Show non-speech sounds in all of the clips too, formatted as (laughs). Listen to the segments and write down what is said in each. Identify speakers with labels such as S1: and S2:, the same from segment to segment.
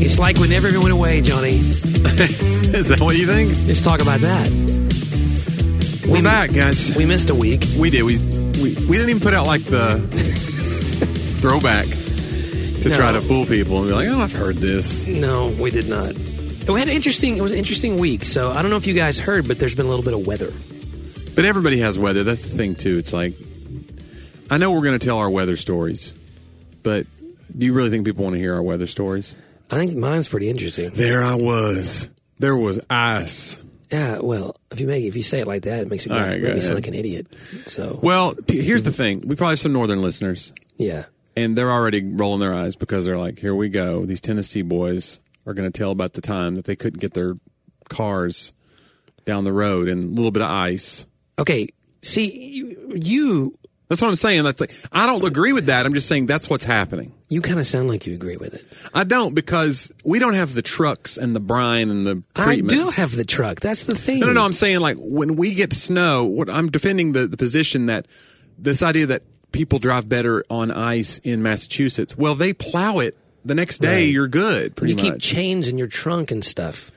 S1: It's like when everyone went away, Johnny.
S2: Is that what you think?
S1: Let's talk about that.
S2: We're back, guys.
S1: We missed a week.
S2: We did. We we, we didn't even put out like (laughs) the throwback to
S1: No.
S2: try to fool people and be like, oh, I've heard this.
S1: No, we did not. We had an interesting. It was an interesting week. So I don't know if you guys heard, but there's been a little bit of weather.
S2: But everybody has weather. That's the thing too. It's like I know we're going to tell our weather stories, but do you really think people want to hear our weather stories?
S1: I think mine's pretty interesting.
S2: There I was. There was ice.
S1: Yeah. Well, if you make if you say it like that, it makes it
S2: All right,
S1: make
S2: go
S1: me sound
S2: ahead.
S1: like an idiot. So
S2: Well, p- here's the thing. We probably have some northern listeners,
S1: yeah.
S2: and they're already rolling their eyes because they're like, "Here we go. These Tennessee boys are going to tell about the time that they couldn't get their cars down the road and a little bit of ice."
S1: Okay. See, you you,
S2: That's what I'm saying. That's like I don't agree with that. I'm just saying that's what's happening.
S1: you kind of sound like you agree with it.
S2: I don't because we don't have the trucks and the brine and the treatments.
S1: I do have the truck. That's the thing.
S2: No, no, no. I'm saying like when we get snow, what I'm defending the, the position that this idea that people drive better on ice in Massachusetts. Well, they plow it the next day.
S1: Right.
S2: You're good, pretty
S1: you keep
S2: much.
S1: chains in your trunk and stuff.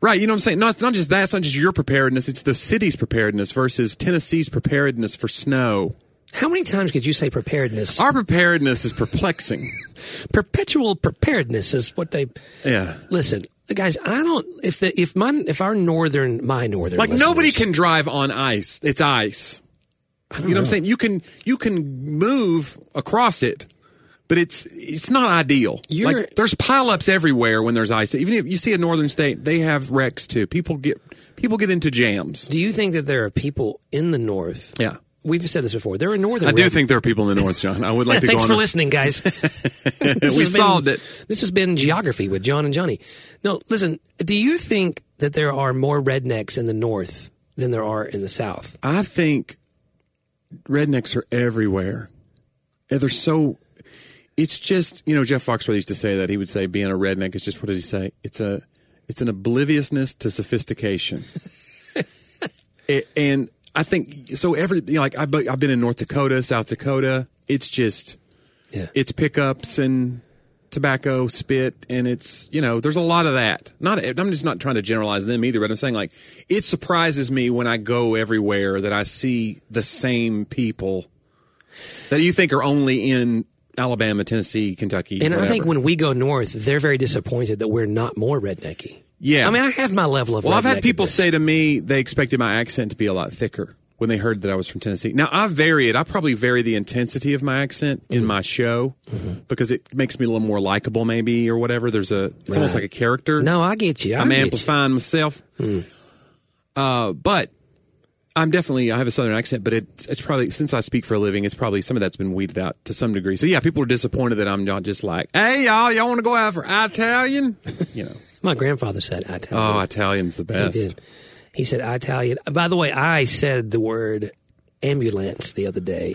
S2: right. You know what I'm saying? No, it's not just that. It's not just your preparedness. It's the city's preparedness versus Tennessee's preparedness for snow.
S1: How many times could you say preparedness?
S2: Our preparedness is perplexing.
S1: perpetual preparedness is what they.
S2: yeah.
S1: Listen, guys, I don't. If the if my if our northern my northern
S2: Like nobody
S1: listeners-
S2: can drive on ice. It's ice. You know, what I'm saying? You can you can move across it, but it's it's not ideal.
S1: You're-
S2: like there's pileups everywhere when there's ice. Even if you see a northern state, they have wrecks too. People get people get into jams.
S1: Do you think that there are people in the north?
S2: Yeah.
S1: We've said this before. There are northern.
S2: I do
S1: rev-
S2: think there are people in the north, John. I would like
S1: Yeah,
S2: to
S1: thanks
S2: go on
S1: for
S2: a-
S1: listening, guys. This
S2: (laughs) we
S1: has been-
S2: solved it.
S1: This has been geography with John and Johnny. No, listen. Do you think that there are more rednecks in the north than there are in the south?
S2: I think rednecks are everywhere. And they're so. It's just you know Jeff Foxworthy used to say that he would say being a redneck is just what did he say? It's a it's an obliviousness to sophistication. A- and I think so. Every you know, like I've been I've been in North Dakota, South Dakota. It's just
S1: Yeah.
S2: it's pickups and tobacco spit and it's you know there's a lot of that not i'm just not trying to generalize them either but i'm saying like it surprises me when i go everywhere that i see the same people that you think are only in alabama tennessee kentucky
S1: and I
S2: whatever.
S1: think when we go north, they're very disappointed that we're not more rednecky.
S2: Yeah.
S1: I mean, I have my level of.
S2: well i've had people
S1: redneckedness.
S2: say to me they expected my accent to be a lot thicker when they heard that i was from tennessee now i vary it i probably vary the intensity of my accent in my show because it makes me a little more likable maybe or whatever there's a it's almost
S1: Right.
S2: like a character
S1: "No, I get you. I
S2: I'm
S1: get you."
S2: amplifying myself. Uh, but I'm definitely I have a southern accent, but it's it's probably since I speak for a living, it's probably some of that's been weeded out to some degree. So yeah, people are disappointed that I'm not just like, hey y'all, y'all want to go out for Italian? (laughs) You know,
S1: My grandfather said Italian.
S2: oh, Italian's the
S1: He
S2: best.
S1: did. He said Italian. By the way, I said the word ambulance the other
S2: (laughs)
S1: day,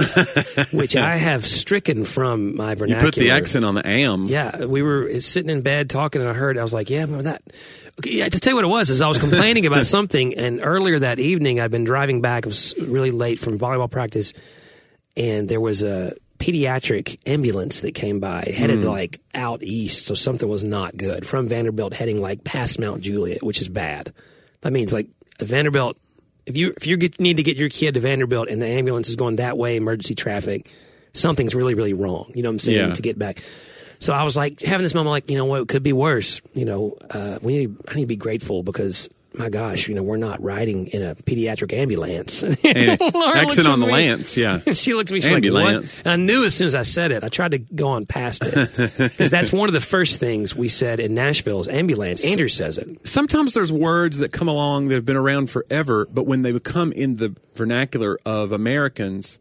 S1: which I have stricken from my
S2: You
S1: vernacular.
S2: put the accent on the am.
S1: Yeah, we were sitting in bed talking, and I heard. I was like, "Yeah, remember that." Okay, yeah, to tell you what it was is I was complaining
S2: (laughs)
S1: about something, and earlier that evening I'd been driving back. It was really late from volleyball practice, and there was a pediatric ambulance that came by headed
S2: Hmm.
S1: like out east, so something was not good from Vanderbilt heading like past Mount Juliet, which is bad. That means like Vanderbilt. If you if you get, need to get your kid to Vanderbilt and the ambulance is going that way, emergency traffic, something's really really wrong. You know what I'm saying?
S2: Yeah.
S1: To get back. So I was like having this moment, like you know what, it could be worse. You know, uh, we need I need to be grateful because my gosh, you know, we're not riding in a pediatric ambulance. (laughs)
S2: And
S1: Laura looks
S2: accent
S1: at
S2: on the
S1: me.
S2: lance. Yeah.
S1: (laughs) she looked at me. She's like,
S2: Ambulance.
S1: "What?" And I knew as soon as I said it. I tried to go on past
S2: (laughs)
S1: it because that's one of the first things we said in Nashville is ambulance. Andrew says it.
S2: sometimes there's words that come along that have been around forever, but when they become in the vernacular of Americans,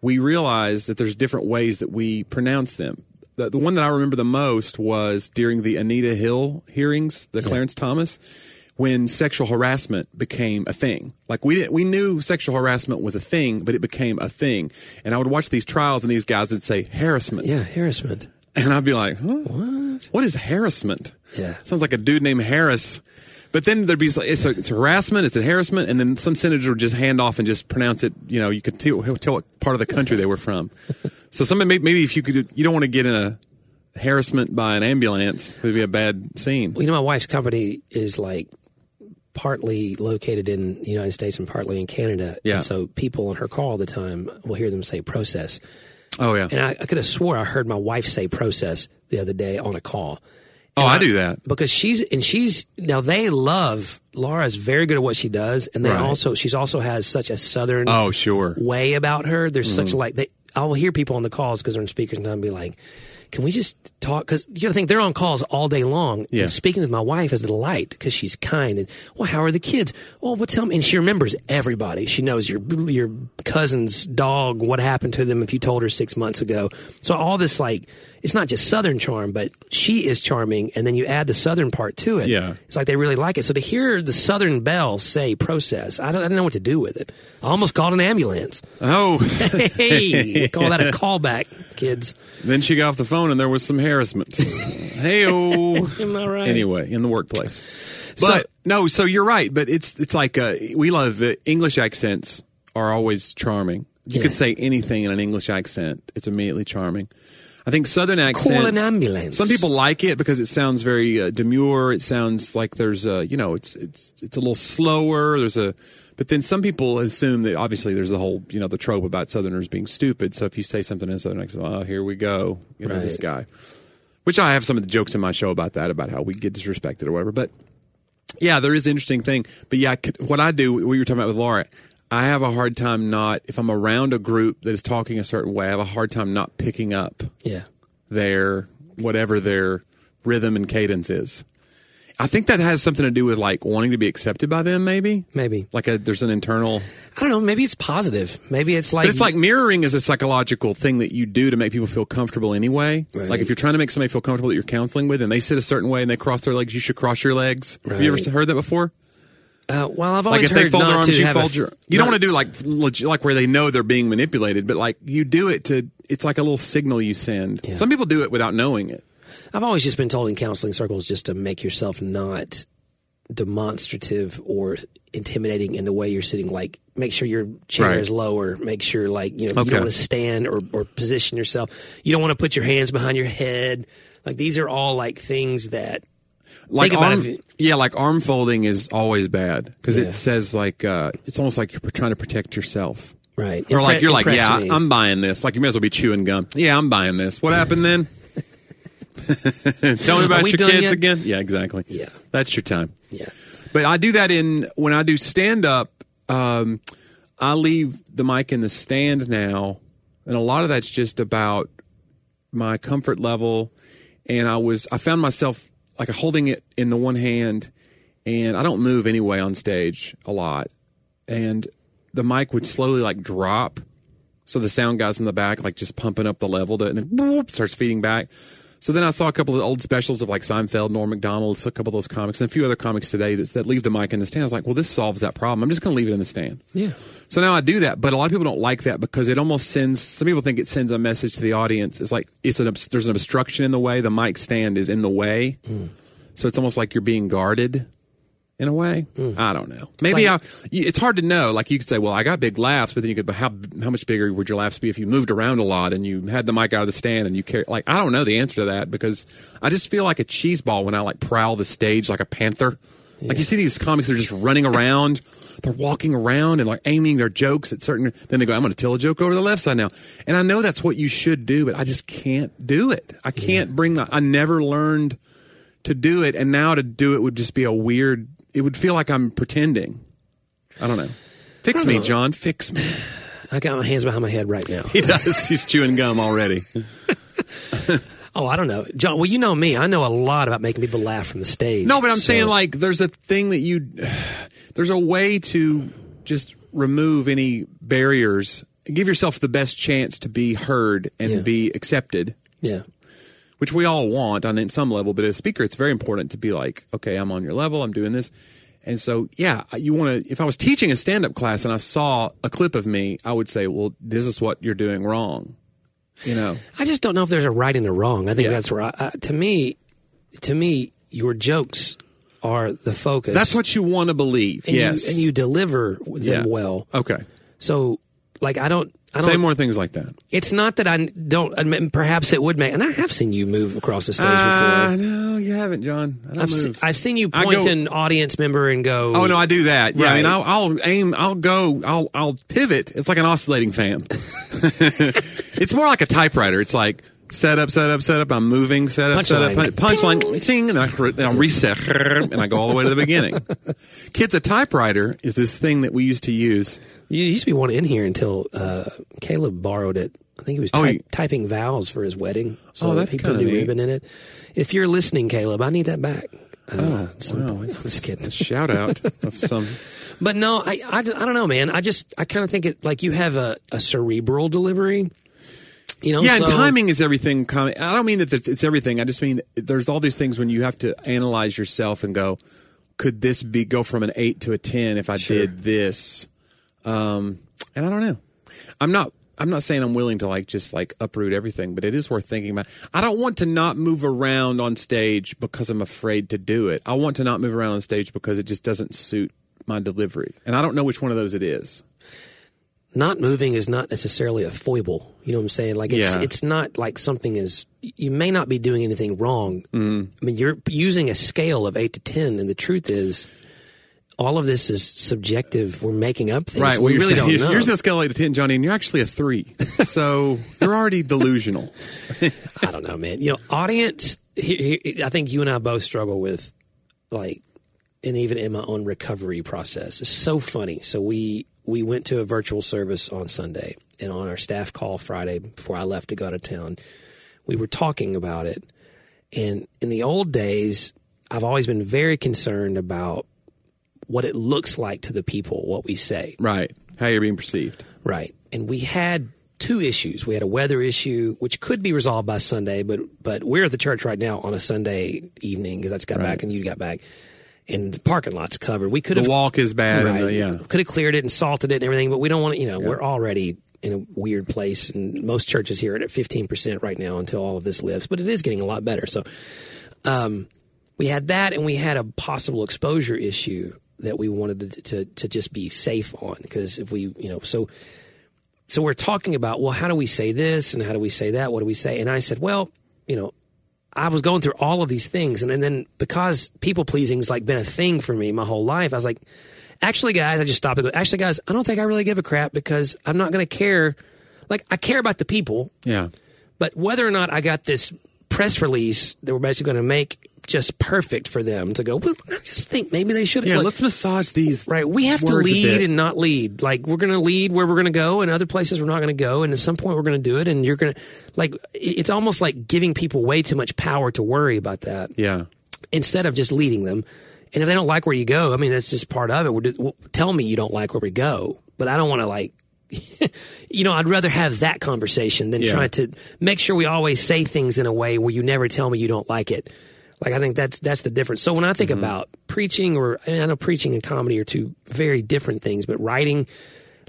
S2: we realize that there's different ways that we pronounce them. The, the one that I remember the most was during the Anita Hill hearings, the Clarence Thomas, when sexual harassment became a thing. Like we didn't, we knew sexual harassment was a thing, but it became a thing. And I would watch these trials, and these guys would say harassment.
S1: Yeah, harassment.
S2: And I'd be like, huh? what? What is harassment?
S1: Yeah.
S2: Sounds like a dude named Harris. But then there'd be, it's, it's harassment, it's a harassment. And then some senator would just hand off and just pronounce it, you know,
S1: (laughs)
S2: you could tell, he'll tell what part of the country they were from. so somebody, may- maybe if you could, you don't want to get in a, harassment by an ambulance would be a bad scene.
S1: Well, you know, my wife's company is like partly located in the United States and partly in Canada.
S2: Yeah.
S1: And so people on her call all the time will hear them say process.
S2: Oh yeah.
S1: And I, I could have swore I heard my wife say process the other day on a call.
S2: oh, I, do that.
S1: Because she's and she's now they love Laura's very good at what she does and they
S2: Right.
S1: also she's also has such a southern
S2: Oh sure. Mm.
S1: way about her. There's such like they. I'll hear people on the calls because they're in speakers, and I'll be like, "Can we just talk?" Because you got to think they're on calls all day long.
S2: Yeah.
S1: And speaking with my wife is a delight because she's kind and well, how are the kids? Oh, well, tell me. And she remembers everybody. She knows your your cousin's dog, what happened to them if you told her six months ago. So all this like, it's not just Southern charm, but she is charming, and then you add the Southern part to it.
S2: Yeah.
S1: It's like they really like it. So to hear the Southern Belle say process, I don't, I don't know what to do with it. I almost called an
S2: (laughs)
S1: ambulance.
S2: Oh,
S1: (laughs) Hey, call that a callback, kids.
S2: then she got off the phone and there was
S1: (laughs)
S2: some harassment. hey oh.
S1: Am I right?
S2: Anyway, in the workplace.
S1: So-
S2: But no, so you're right. But it's it's like uh, we love uh, English accents are always charming. You
S1: Yeah.
S2: could say anything in an English accent; it's immediately charming. I think Southern accents.
S1: an ambulance.
S2: Some people like it because it sounds very uh, demure. It sounds like there's a you know it's it's it's a little slower. There's a but then some people assume that obviously there's the whole you know the trope about Southerners being stupid. So if you say something in Southern accent, oh here we go, you know this
S1: Right.
S2: guy. Which I have some of the jokes in my show about that about how we get disrespected or whatever. But yeah, there is an interesting thing. But yeah, I could- what I do, what you were talking about with Laura, I have a hard time not if I'm around a group that is talking a certain way. I have a hard time not picking up
S1: Yeah.
S2: their whatever their rhythm and cadence is. I think that has something to do with like wanting to be accepted by them, maybe.
S1: Maybe.
S2: Like a, there's an internal,
S1: I don't know. Maybe it's positive. Maybe it's like.
S2: but it's like mirroring is a psychological thing that you do to make people feel comfortable anyway.
S1: Right.
S2: Like if you're trying to make somebody feel comfortable that you're counseling with, and they sit a certain way and they cross their legs, you should cross your legs. Have you
S1: Right.
S2: ever heard that before?
S1: Uh, well, I've
S2: Like
S1: always
S2: if they
S1: heard
S2: fold their
S1: not
S2: arms,
S1: to
S2: you
S1: have a-
S2: fold your. You don't want to do like legi- like where they know they're being manipulated, but like you do it to. It's like a little signal you send. Some people do it without knowing it.
S1: I've always just been told in counseling circles just to make yourself not demonstrative or intimidating in the way you're sitting. Like, make sure your chair
S2: Right.
S1: is lower. Make sure, like, you know, you
S2: Okay.
S1: don't want to stand or, or position yourself. You don't want to put your hands behind your head. Like, these are all like things that.
S2: like
S1: Think about
S2: arm,
S1: if you-
S2: yeah, like arm folding is always bad because
S1: Yeah.
S2: it says like uh, it's almost like you're trying to protect yourself,
S1: Right.
S2: or like
S1: Impre-
S2: you're like,
S1: impress
S2: yeah,
S1: me.
S2: I'm buying this. Like you may as well be chewing gum. Yeah, I'm buying this. What
S1: (laughs)
S2: happened then? (laughs) Tell me about
S1: we
S2: your
S1: done
S2: kids
S1: yet?
S2: again. Yeah, exactly.
S1: Yeah.
S2: that's your time.
S1: Yeah.
S2: But I do that in when I do stand up. Um, I leave the mic in the stand now, and a lot of that's just about my comfort level. And I was I found myself like holding it in the one hand, and I don't move anyway on stage a lot, and the mic would slowly like drop. So the sound guys in the back like just pumping up the level to, and then whoop, starts feeding back. So then I saw a couple of old specials of like Seinfeld, Norm Macdonald, a couple of those comics, and a few other comics today that, that leave the mic in the stand. I was like, well, this solves that problem. I'm just going to leave it in the stand.
S1: Yeah.
S2: So now I do that, but a lot of people don't like that because it almost sends. Some people think it sends a message to the audience. It's like it's an obs- there's an obstruction in the way. The mic stand is in the way, so it's almost like you're being guarded in a way. I don't know. Maybe
S1: like-
S2: I. you- It's hard to know. Like you could say, "Well, I got big laughs," but then you could, but how how much bigger would your laughs be if you moved around a lot and you had the mic out of the stand and you carry? Like I don't know the answer to that because I just feel like a cheese ball when I like prowl the stage like a panther. Like you see these comics, they're just running around, they're walking around and like aiming their jokes at certain. Then they go, "I'm going to tell a joke over to the left side now," and I know that's what you should do, but I just can't do it. I can't bring. My, I never learned to do it, and now to do it would just be a weird. It would feel like I'm pretending. I don't know. Fix me, John. Fix (laughs) me.
S1: I got my hands behind my head right now.
S2: He does. He's chewing gum already.
S1: Oh, I don't know, John. Well, you know me. I know a lot about making people laugh from the stage.
S2: No, but I'm
S1: So-
S2: saying like there's a thing that you (sighs) there's a way to just remove any barriers, give yourself the best chance to be heard and
S1: Yeah.
S2: be accepted,
S1: yeah,
S2: which we all want on in some level. But as a speaker, it's very important to be like, okay, I'm on your level. I'm doing this. And so, yeah, you want to. If I was teaching a stand up class and I saw a clip of me, I would say, well, this is what you're doing wrong. You know,
S1: I just don't know if there's a right and a wrong. I think
S2: Yeah.
S1: that's where, I, I, to me, to me, your jokes are the focus.
S2: that's what you want to believe.
S1: and
S2: yes.
S1: you, and you deliver them
S2: Yeah.
S1: well.
S2: okay.
S1: So, like, I don't. I don't,
S2: Say more things like that.
S1: It's not that I don't. I mean, perhaps it would make. And I have seen you move across the stage
S2: Uh,
S1: before.
S2: no, you haven't, John. I don't
S1: I've, se-
S2: move.
S1: I've seen you
S2: I
S1: point
S2: go-
S1: an audience member and go.
S2: Oh no, I do that. Yeah, I mean,
S1: Right.
S2: I'll, I'll aim, I'll go, I'll, I'll pivot. It's like an
S1: (laughs)
S2: oscillating fan. it's more like a typewriter. It's like set up, set up, set up. I'm moving, set up, set up,
S1: Punchline.
S2: punch- punchline, ting, and I, and I reset, (laughs) and I go all the way to the beginning. Kids, a typewriter is this thing that we used to use.
S1: You used to be one in here until uh, Caleb borrowed it. I think he was
S2: Oh,
S1: ty-
S2: he-
S1: typing vows for his wedding. So
S2: Oh, that's
S1: he put a
S2: kinda
S1: new
S2: neat.
S1: ribbon in it. If you're listening, Caleb, I need that back. Uh, oh, some
S2: wow.
S1: point. I'm just kidding.
S2: Shout out of some.
S1: But no, I, I, I don't know, man. I just I kind of think it like you have a, a cerebral delivery. You know,
S2: Yeah, and
S1: so-
S2: timing is everything. Com- I don't mean that it's, it's everything. I just mean there's all these things when you have to analyze yourself and go, could this be go from an eight to a ten if I did this? Um, and I don't know. I'm not. I'm not saying I'm willing to like just like uproot everything, but it is worth thinking about. I don't want to not move around on stage because I'm afraid to do it. I want to not move around on stage because it just doesn't suit my delivery, and I don't know which one of those it is.
S1: not moving is not necessarily a foible. You know what I'm saying? Like it's
S2: Yeah.
S1: it's not like something is. You may not be doing anything wrong.
S2: Mm-hmm.
S1: Mm. I mean, you're using a scale of eight to ten, and the truth is, all of this is subjective. We're making up things.
S2: Right. Well,
S1: we
S2: you're
S1: really
S2: saying,
S1: don't know.
S2: (laughs) You're just going to ten, Johnny, and you're actually
S1: (laughs)
S2: a three. So you're already delusional.
S1: I don't know, man. You know, audience. He, he, I think you and I both struggle with, like, and even in my own recovery process. It's so funny. So we we went to a virtual service on Sunday, and on our staff call Friday before I left to go out of town, we were talking about it. And in the old days, I've always been very concerned about what it looks like to the people, what we say.
S2: Right. How you're being perceived.
S1: Right. And we had two issues. We had a weather issue, which could be resolved by Sunday, but but we're at the church right now on a Sunday evening because that's got back and you got back, and the parking lot's covered. We could
S2: The
S1: have
S2: walk is bad.
S1: right,
S2: And the, yeah.
S1: could have cleared it and salted it and everything, but we don't want to. You know, we're already in a weird place, and most churches here are at fifteen percent right now until all of this lifts. But it is getting a lot better. So, um, we had that, and we had a possible exposure issue that we wanted to to, to just be safe on because if we, you know, so so we're talking about well how do we say this and how do we say that what do we say and i said well you know i was going through all of these things and, and then because people pleasing's like been a thing for me my whole life i was like actually guys i just stopped and go actually guys i don't think i really give a crap because i'm not going to care like i care about the people
S2: Yeah.
S1: but whether or not I got this press release that we're basically going to make just perfect for them to go, well, I just think maybe they should.
S2: Yeah.
S1: Look,
S2: let's massage these.
S1: right. We have to
S2: words a
S1: lead
S2: bit.
S1: and not lead. Like we're going to lead where we're going to go, and other places we're not going to go. And at some point, we're going to do it. And you're going to like it's almost like giving people way too much power to worry about that
S2: Yeah.
S1: instead of just leading them. And if they don't like where you go, I mean, that's just part of it. We're just, well, tell me you don't like where we go, but I don't want to like, (laughs) you know, I'd rather have that conversation than
S2: Yeah.
S1: try to make sure we always say things in a way where you never tell me you don't like it. Like I think that's that's the difference. So when I think about preaching, or and I know preaching and comedy are two very different things, but writing,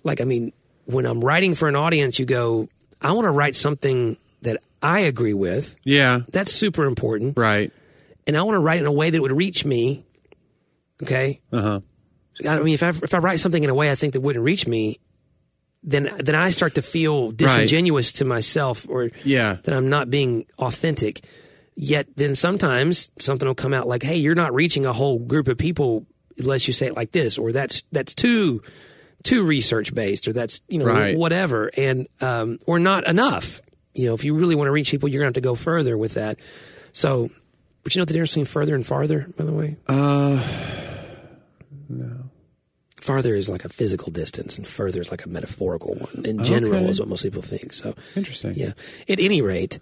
S1: like I mean, when I'm writing for an audience, you go, I want to write something that I agree with.
S2: Yeah.
S1: That's super important
S2: Right.
S1: and I want to write it in a way that would reach me. Okay.
S2: Uh huh.
S1: I mean, if I if I write something in a way I think that wouldn't reach me, then then I start to feel disingenuous to myself, or
S2: Yeah.
S1: that I'm not being authentic. Yet then sometimes something will come out like, "Hey, you're not reaching a whole group of people unless you say it like this," or "That's that's too too research based," or "That's you know
S2: Right.
S1: whatever," and um, or not enough. You know, if you really want to reach people, you're gonna have to go further with that. So, but you know the difference between further and farther, by the way.
S2: Uh,
S1: farther is like a physical distance and further is like a metaphorical one in general
S2: Okay.
S1: is what most people think so
S2: Interesting.
S1: yeah uh, at any rate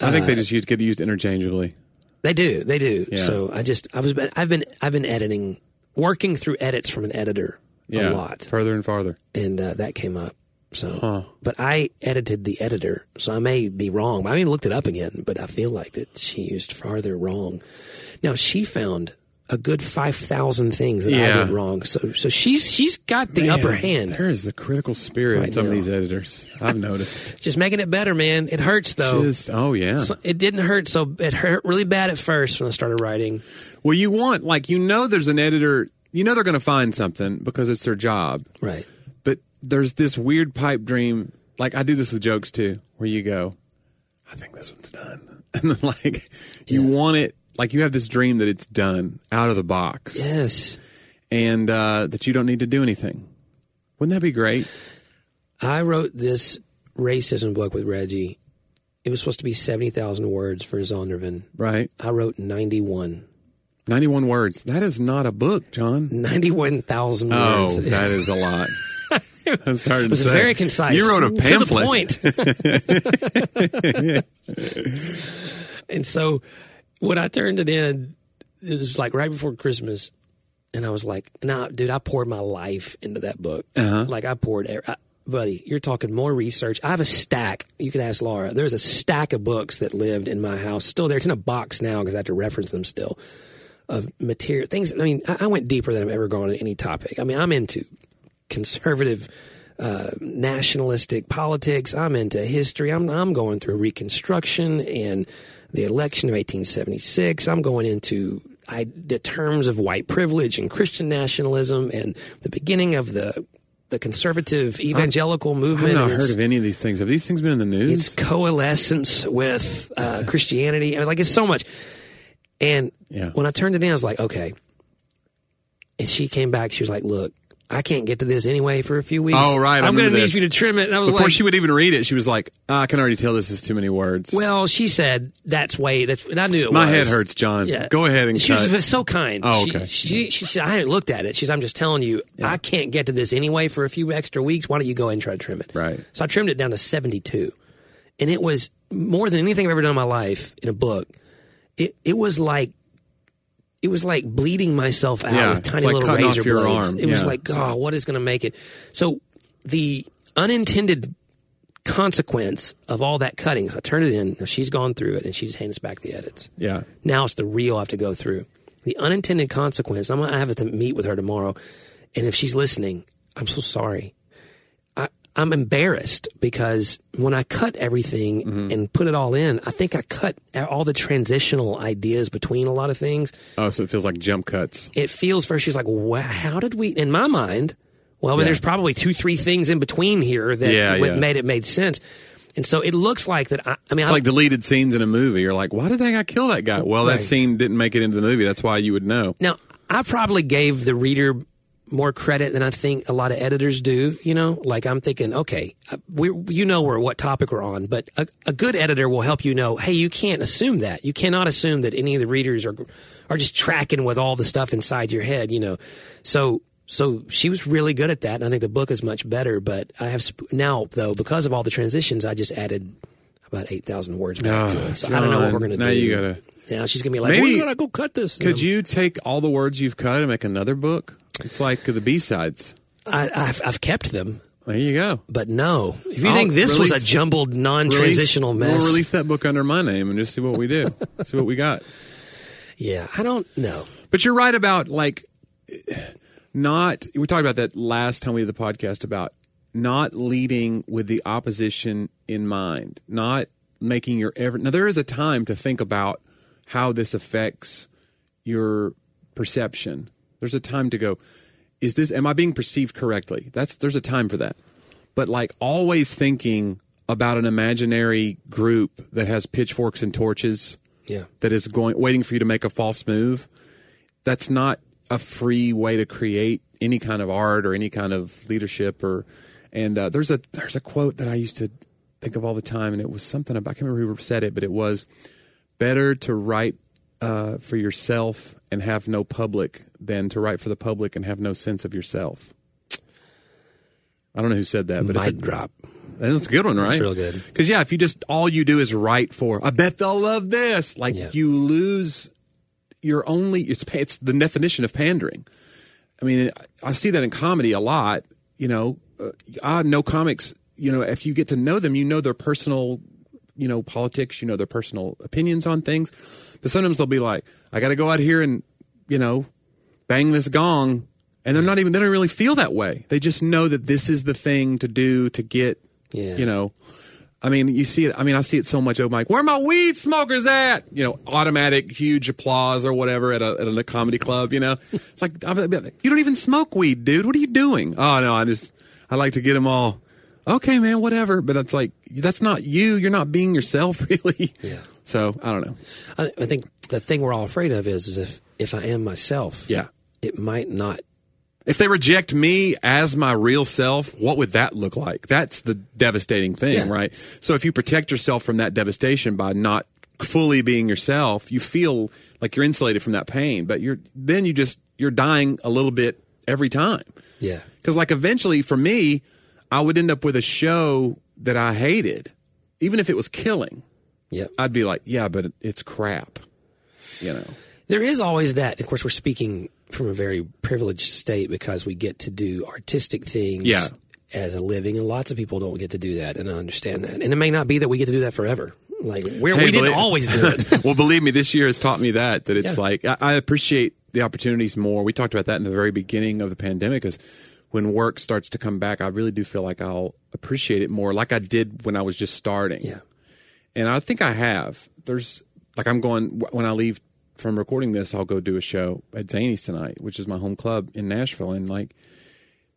S2: I think they just used, get used interchangeably.
S1: they do they do
S2: Yeah.
S1: so i just i was i've been i've been editing working through edits from an editor
S2: Yeah.
S1: a lot
S2: Further and farther.
S1: and uh, that came up so but i edited the editor so i may be wrong i haven't even looked it up again but i feel like that she used farther wrong now she found a good 5000 things that i
S2: Yeah.
S1: did wrong so so she's she's got the upper
S2: Man,
S1: hand
S2: There is a critical spirit in
S1: Right
S2: some of
S1: now.
S2: these editors. I've
S1: (laughs)
S2: noticed.
S1: just making it better, man. It hurts though.
S2: Just- oh yeah.
S1: So- it didn't hurt, so it hurt really bad at first when I started writing.
S2: Well, you want like you know there's an editor. You know they're going to find something because it's their job.
S1: Right.
S2: but there's this weird pipe dream like I do this with jokes too, where you go, I think this one's done, (laughs) and then like you want it, like you have this dream that it's done out of the box,
S1: Yes.
S2: and uh, that you don't need to do anything. Wouldn't that be great?
S1: I wrote this racism book with Reggie. It was supposed to be 70,000 words for Zondervan.
S2: Right,
S1: I wrote 91.
S2: ninety-one words. That is not a book, John.
S1: 91,000
S2: Oh,
S1: words. (laughs)
S2: that is a (laughs) lot. That's hard to
S1: It was
S2: say.
S1: very concise.
S2: You wrote a pamphlet.
S1: To the point. (laughs)
S2: (laughs)
S1: and so when I turned it in, it was like right before Christmas. And I was like, nah, dude, I poured my life into that book.
S2: Uh-huh.
S1: Like, I poured, e- I, buddy, you're talking more research. I have a stack. You could ask Laura. There's a stack of books that lived in my house, still there. It's in a box now because I have to reference them still of material things. I mean, I, I went deeper than I've ever gone in any topic. I mean, I'm into conservative, uh, nationalistic politics. I'm into history. I'm I'm going through Reconstruction and the election of 1876. I'm going into I, the terms of white privilege and Christian nationalism and the beginning of the the conservative evangelical movement.
S2: I've not
S1: and it's-
S2: heard of any of these things. Have these things been in the news?
S1: its coalescence with uh, Christianity. I mean, like it's so much. And
S2: Yeah.
S1: when I turned it in, I was like, okay. And she came back. She was like, look, I can't get to this anyway for a few weeks.
S2: Oh, right, I
S1: I'm going to
S2: remember
S1: need
S2: this.
S1: you to trim it. And I was
S2: Before
S1: like,
S2: she would even read it, she was like, "I can already tell this is too many words."
S1: well, she said that's way that's, and I knew it
S2: My
S1: was.
S2: head hurts, John.
S1: Yeah.
S2: Go
S1: (laughs)
S2: ahead and
S1: she
S2: cut.
S1: was so kind.
S2: Oh,
S1: She-
S2: okay.
S1: She, she, said, I hadn't looked at it. She's, I'm just telling you, I can't get to this anyway for a few extra weeks. Why don't you go ahead and try to trim it?
S2: Right.
S1: So I trimmed it down to 72. And it was more than anything I've ever done in my life in a book. It, it was like, it was like bleeding myself out
S2: Yeah,
S1: with
S2: it's
S1: tiny
S2: like
S1: little
S2: cutting off
S1: razor
S2: your
S1: blades.
S2: arm.
S1: It was
S2: Yeah.
S1: like, oh, what is going to make it? So the unintended consequence of all that cutting, so I turned it in. Now she's gone through it and she just hands back the edits.
S2: yeah.
S1: Now it's the real I have to go through. The unintended consequence. I'm gonna have to meet with her tomorrow, and if she's listening, I'm so sorry. I, I'm embarrassed because when I cut everything
S2: Mm-hmm.
S1: and put it all in, I think I cut all the transitional ideas between a lot of things.
S2: Oh, so it feels like jump cuts.
S1: It feels first she's like, wow, how did we? In my mind, well, I mean, there's probably two, three things in between here that
S2: Yeah,
S1: would-
S2: yeah.
S1: made it made sense. And so it looks like that. I, I mean,
S2: It's
S1: I,
S2: like deleted scenes in a movie. You're like, why did that guy kill that guy? Well,
S1: Right.
S2: that scene didn't make it into the movie. That's why you would know.
S1: Now, I probably gave the reader more credit than I think a lot of editors do. You know, like I'm thinking, okay, uh, we you know where what topic we're on, but a, a good editor will help you know. Hey, you can't assume that. You cannot assume that any of the readers are are just tracking with all the stuff inside your head. You know, so. So she was really good at that, and I think the book is much better. But I have sp- now, though, because of all the transitions, I just added about eight thousand words back to it. So I don't know what
S2: Ah, John,
S1: we're gonna
S2: now
S1: do.
S2: you gotta-
S1: Now she's gonna be like,
S2: Maybe-
S1: "We're gonna go cut this." And I'm
S2: Could you take all the words you've cut and make another book? It's like the B sides.
S1: I, I've, I've kept them,
S2: There you go.
S1: but no. If you
S2: I'll
S1: think this was a
S2: release-
S1: jumbled,
S2: Release-
S1: non-transitional mess,
S2: We'll release that book under my name and just see what we do. (laughs) see what we got.
S1: yeah, I don't know.
S2: But you're right about like not. We talked about that last time we did the podcast about not leading with the opposition in mind, not making your ever. Now there is a time to think about how this affects your perception. There's a time to go. Is this? Am I being perceived correctly? That's there's a time for that. But like always thinking about an imaginary group that has pitchforks and torches
S1: Yeah,
S2: that is going waiting for you to make a false move that's not a free way to create any kind of art or any kind of leadership or and uh, there's a there's a quote that I used to think of all the time and it was something about, I can't remember who said it but it was better to write uh, for yourself and have no public than to write for the public and have no sense of yourself. I don't know who said that, but it's a
S1: mic drop.
S2: and That's a good one, right?
S1: real good.
S2: Because yeah, if you just all you do is write for, I bet they'll love this. Like
S1: Yeah.
S2: you lose your only. It's pa- it's the definition of pandering. I mean, I I see that in comedy a lot. You know, uh, I know comics. You know, if you get to know them, you know their personal, you know, politics. You know their personal opinions on things. But sometimes they'll be like, I got to go out here and you know, bang this gong. And they're not even, they don't really feel that way. They just know that this is the thing to do to get,
S1: Yeah.
S2: you know, I mean, you see it. I mean, I see it so much. Oh, Mike, where my weed smokers at? You know, automatic huge applause or whatever at a, at a comedy club. You know, it's like I'm- I'm- you don't even smoke weed, dude. What are you doing? Oh no, I just I like to get them all okay, man, whatever. But it's like, that's not you. You're not being yourself, (laughs) really.
S1: Yeah.
S2: So I don't know.
S1: I, I think the thing we're all afraid of is, is if if I am myself,
S2: Yeah.
S1: it might not.
S2: If they reject me as my real self, what would that look like? That's the devastating thing,
S1: Yeah.
S2: right? So if you protect yourself from that devastation by not fully being yourself, you feel like you're insulated from that pain, but you're then you just you're dying a little bit every time.
S1: Yeah,
S2: Cuz like eventually for me, I would end up with a show that I hated, even if it was killing.
S1: yep.
S2: I'd be like, yeah, but it's crap. You know.
S1: There is always that. Of course, we're speaking from a very privileged state because we get to do artistic things
S2: Yeah.
S1: as a living, and lots of people don't get to do that, and I understand that. And it may not be that we get to do that forever. Like where
S2: Hey,
S1: we didn't
S2: believe-
S1: always do
S2: (laughs)
S1: it.
S2: well, believe me, this year has taught me that that it's
S1: Yeah.
S2: like I, I appreciate the opportunities more. We talked about that in the very beginning of the pandemic. Is when work starts to come back, I really do feel like I'll appreciate it more, like I did when I was just starting.
S1: Yeah.
S2: and I think I have. There's like I'm going when I leave from recording this, I'll go do a show at Zany's tonight, which is my home club in Nashville, and like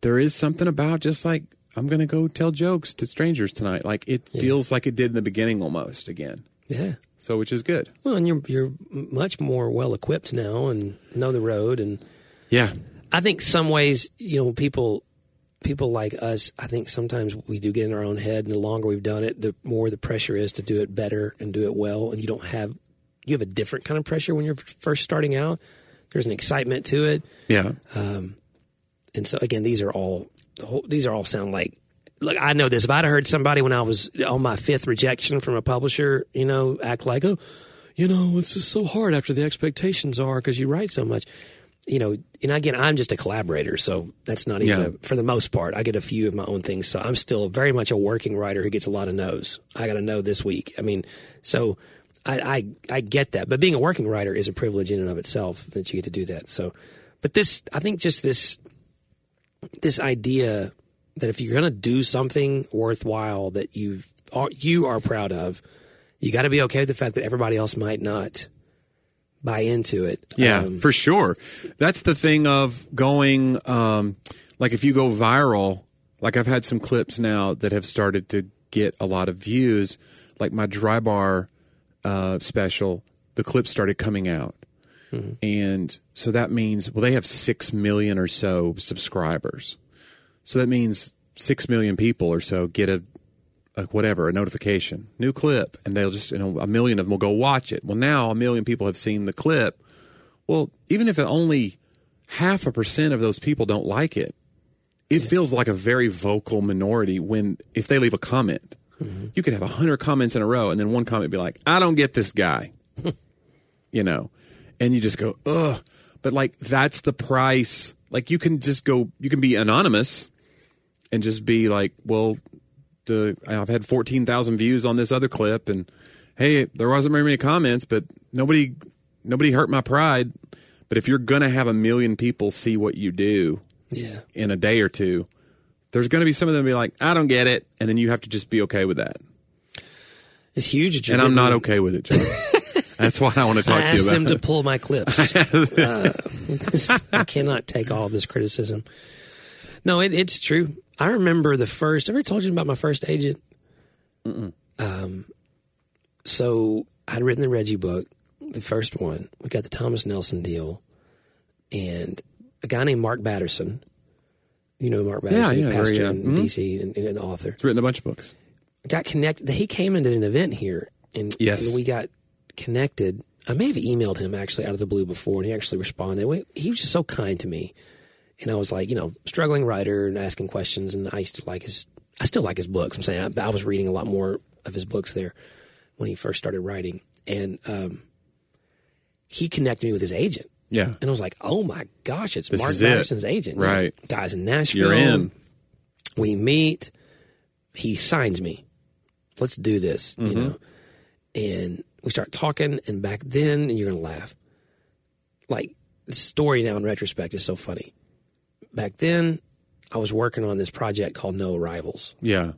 S2: there is something about just like I'm gonna go tell jokes to strangers tonight. Like it feels like it did in the beginning almost again.
S1: yeah.
S2: So which is good.
S1: Well, and you're you're much more well equipped now, and know the road, and
S2: Yeah.
S1: I think some ways, you know, people people like us, I think sometimes we do get in our own head and the longer we've done it, the more the pressure is to do it better and do it well and you don't have you have a different kind of pressure when you're f- first starting out. There's an excitement to it.
S2: Yeah.
S1: And so again, these are all the whole- these are all sound like look, I know this. If I'd have heard somebody when I was on my fifth rejection from a publisher, you know, act like, oh, you know, it's just so hard after the expectations are because you write so much. You know, and again, I'm just a collaborator, so that's not even
S2: Yeah.
S1: a, for the most part. I get a few of my own things, so I'm still very much a working writer who gets a lot of no's. I got a no this week. I mean, so I, I I get that, but being a working writer is a privilege in and of itself that you get to do that. So, but this, I think, just this this idea that if you're going to do something worthwhile that you are you are proud of, you got to be okay with the fact that everybody else might not buy into it.
S2: yeah,
S1: Um,
S2: for sure. That's the thing of going, um, like if you go viral, like I've had some clips now that have started to get a lot of views, like my dry bar uh, special, the clips started coming out. And so that means, well, they have 6 million or so subscribers. So that means 6 million people or so get a like whatever, a notification, new clip, and they'll just, you know, a million of them will go watch it. Well, now a million people have seen the clip. Well, even if only half a percent of those people don't like it, it feels like a very vocal minority when, if they leave a comment, you could have a hundred comments in a row and then one comment be like, I don't get this guy, you know, and you just go, ugh. But like, that's the price. Like, you can just go, you can be anonymous and just be like, well, the, I've had 14,000 views on this other clip and hey, there wasn't very many comments, but nobody nobody hurt my pride. But if you're going to have a million people see what you do
S1: yeah,
S2: in a day or two, there's going to be some of them be like, "I don't get it." And then you have to just be okay with that.
S1: it's huge. that you're
S2: And I'm not
S1: getting-
S2: okay with it, John.
S1: (laughs)
S2: That's why I want to talk
S1: I
S2: to you
S1: asked
S2: about.
S1: them to pull my clips.
S2: (laughs)
S1: Uh, (laughs) this- I cannot take all this criticism. No, it, it's true. I remember the first. Ever told you about my first agent? Um, so I'd written the Reggie book, the first one. We got the Thomas Nelson deal, and a guy named Mark Batterson. You know Mark Batterson,
S2: yeah,
S1: the
S2: very,
S1: pastor
S2: yeah.
S1: in
S2: Mhm.
S1: DC and, and author
S2: It's written a bunch of books.
S1: got connected. He came and did an event here, and,
S2: Yes.
S1: and we got connected. I may have emailed him actually out of the blue before, and he actually responded. We- He was just so kind to me, and I was like, you know, struggling writer and asking questions, and I used to like his. I still like his books. I'm saying I, I was reading a lot more of his books there when he first started writing, and um, he connected me with his agent,
S2: Yeah.
S1: and I was like, oh my gosh, it's Mark
S2: is it.
S1: Patterson's agent,
S2: Right.
S1: Guys in Nashville,
S2: You're in.
S1: we meet he signs me let's do this you
S2: Mm-hmm.
S1: know and we start talking and back then and you're gonna laugh like the story now in retrospect is so funny back then i was working on this project called no arrivals
S2: Yeah.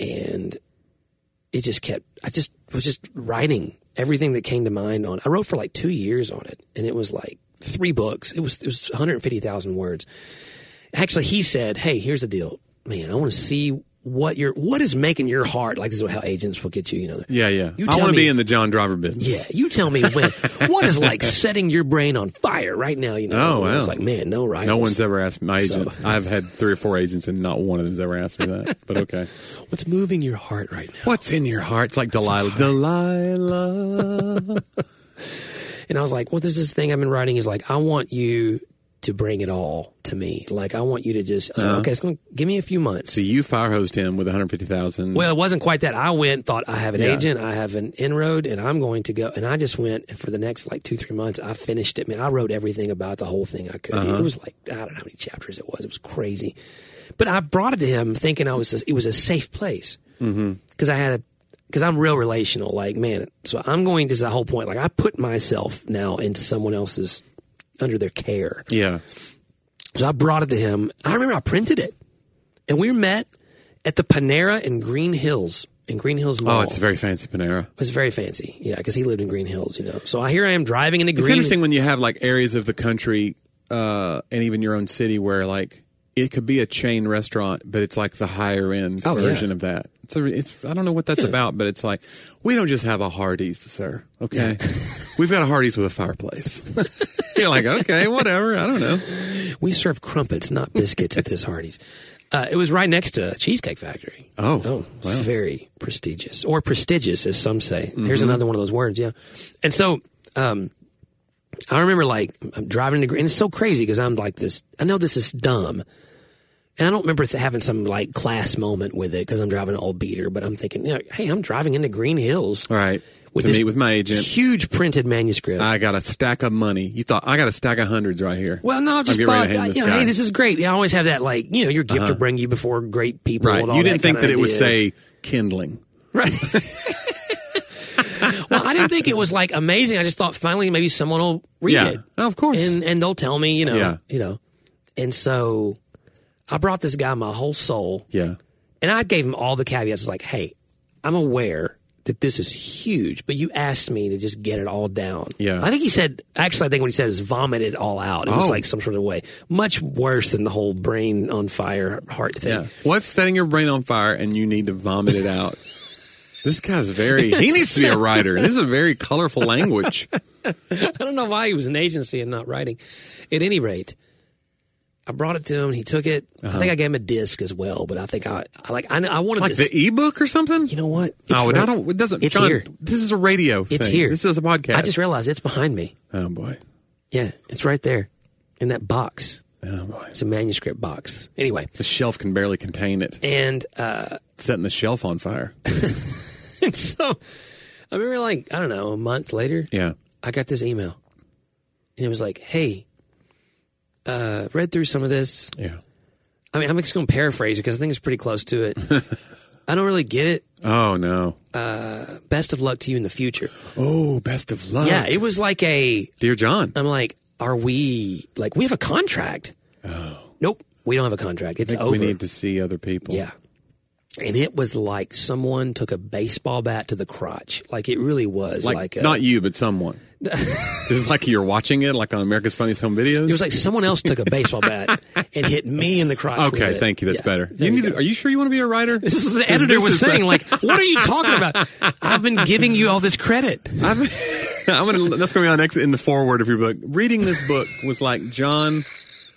S1: and it just kept i just was just writing everything that came to mind on i wrote for like two years on it and it was like three books it was it was 150000 words actually he said hey here's the deal man, I want to see what your what is making your heart like. This is how agents will get you. You know,
S2: Yeah, yeah.
S1: You
S2: I
S1: tell
S2: want to
S1: me-
S2: be in the John Driver business.
S1: yeah, you tell me
S2: (laughs)
S1: when. what is like setting your brain on fire right now? You know,
S2: Oh,
S1: And it's
S2: wow.
S1: like man, no right.
S2: No one's ever asked my
S1: So-
S2: agent. I've had three or four agents, and not one of them's ever asked me that. But okay.
S1: What's moving your heart right now?
S2: What's in your heart? It's like Delilah. Delilah.
S1: And I was like, well, there's this thing I've been writing is like, I want you to bring it all to me. Like, I want you to just, I was like, okay, it's going to give me a few months.
S2: so (laughs) you firehosed him with 150000
S1: Well, it wasn't quite that. I went, thought I have an
S2: Mm. Yeah.
S1: agent, I have an inroad, and I'm going to go. And I just went, and for the next like two, three months, I finished it. Man, I wrote everything about the whole thing I could. It was like I don't know how many chapters it was. It was crazy, but I brought it to him thinking I was it was a safe place because I had a because I'm real relational. Like man, so I'm going to the whole point. Like I put myself now into someone else's under their care.
S2: yeah.
S1: So I brought it to him. I remember I printed it, and we met at the Panera in Green Hills. In Green Hills Mall.
S2: Oh, it's a very fancy Panera.
S1: It was very fancy. Yeah, because he lived in Green Hills, you know. So I here I am driving into
S2: It's
S1: Green.
S2: interesting when you have like areas of the country uh, and even your own city where like it could be a chain restaurant, but it's like the higher end
S1: Oh, yeah.
S2: version of that. It's a, it's, I don't know what that's about, but it's like we don't just have a Hardee's, sir. Okay, (laughs) we've got a Hardee's with a fireplace. (laughs) You're like, okay, whatever. I don't know.
S1: We serve crumpets, not biscuits, at this Hardee's. Uh, it was right next to Cheesecake Factory.
S2: Oh,
S1: oh, very prestigious, or prestigious, as some say. Here's
S2: Mm-hmm.
S1: another one of those words. Yeah, and so um, I remember like I'm driving to Green, and it's so crazy because I'm like this. I know this is dumb. And I don't remember th- having some like class moment with it because I'm driving an old beater, but I'm thinking, you know, hey, I'm driving into Green Hills.
S2: All right,
S1: With
S2: to
S1: this
S2: meet with my agent.
S1: Huge printed manuscript.
S2: I got a stack of money. You thought I got a stack of hundreds right here.
S1: Well, no, I
S2: I'm
S1: just
S2: getting
S1: thought,
S2: ready to hand this
S1: you know,
S2: guy.
S1: hey, this is great. Yeah, I always have that, like, you know, your gift will bring you before great people.
S2: Uh-huh. right.
S1: And all
S2: You didn't think that
S1: kinda
S2: it would
S1: idea.
S2: say kindling.
S1: right.
S2: (laughs)
S1: well, I didn't think it was like amazing. I just thought finally maybe someone will read
S2: Yeah.
S1: it,
S2: Oh, of course.
S1: and and they'll tell me, you know,
S2: Yeah.
S1: you know, and so I brought this guy my whole soul,
S2: Yeah.
S1: and I gave him all the caveats. It's like, hey, I'm aware that this is huge, but you asked me to just get it all down.
S2: Yeah.
S1: I think he said, actually, I think what he said is vomit it all out. It was
S2: Oh.
S1: like some sort of way. Much worse than the whole brain on fire heart thing.
S2: Yeah. What's setting your brain on fire and you need to vomit it out? this guy's very, he needs to be a writer. This is a very colorful
S1: (laughs)
S2: language.
S1: (laughs) I don't know why he was an agency and not writing. At any rate, I brought it to him. He took it. I think I gave him a disc as well, but I think I, I like, I, I wanted
S2: Uh-huh. Like
S1: this.
S2: the ebook or something?
S1: you know what? It's
S2: Oh,
S1: right-
S2: I don't, it doesn't,
S1: It's
S2: John,
S1: here.
S2: this is a radio.
S1: It's
S2: thing.
S1: here.
S2: This is a podcast.
S1: I just realized it's behind me.
S2: oh boy.
S1: Yeah, it's right there in that box.
S2: Oh boy.
S1: It's a manuscript box. Anyway,
S2: The shelf can barely contain it.
S1: and uh, (laughs)
S2: Setting the shelf on fire.
S1: and so I remember, like I don't know, a month later,
S2: Yeah.
S1: I got this email, and it was like, "Hey, uh, read through some of this.
S2: Yeah.
S1: I mean, I'm just going to paraphrase it because I think it's pretty close to
S2: (laughs)
S1: it. I don't really get it.
S2: Oh no.
S1: Best of luck to you in the future.
S2: oh, best of luck.
S1: Yeah, it was like a.
S2: Dear John.
S1: I'm like, are we like we have a contract? Nope, we don't have a contract. It's
S2: Oh. I think
S1: over.
S2: we need to see other people.
S1: Yeah. And it was like someone took a baseball bat to the crotch. Like it really was like,
S2: Like,
S1: a,
S2: not you,
S1: (laughs)
S2: but someone. Just like you're watching it, like on America's Funniest Home Videos.
S1: it was like someone else took a baseball bat
S2: (laughs)
S1: and hit me in the crotch. with
S2: okay,
S1: it.
S2: thank you. That's
S1: Yeah.
S2: better.
S1: There
S2: You need.
S1: go.
S2: to, are you sure you want to be a writer?
S1: this is what the
S2: 'Cause
S1: editor
S2: this
S1: was
S2: is the-
S1: saying.
S2: (laughs)
S1: Like, what are you talking about? I've been giving you all this credit.
S2: I'm, (laughs) I'm gonna. That's gonna be on next in the foreword of your book. Reading this book was like John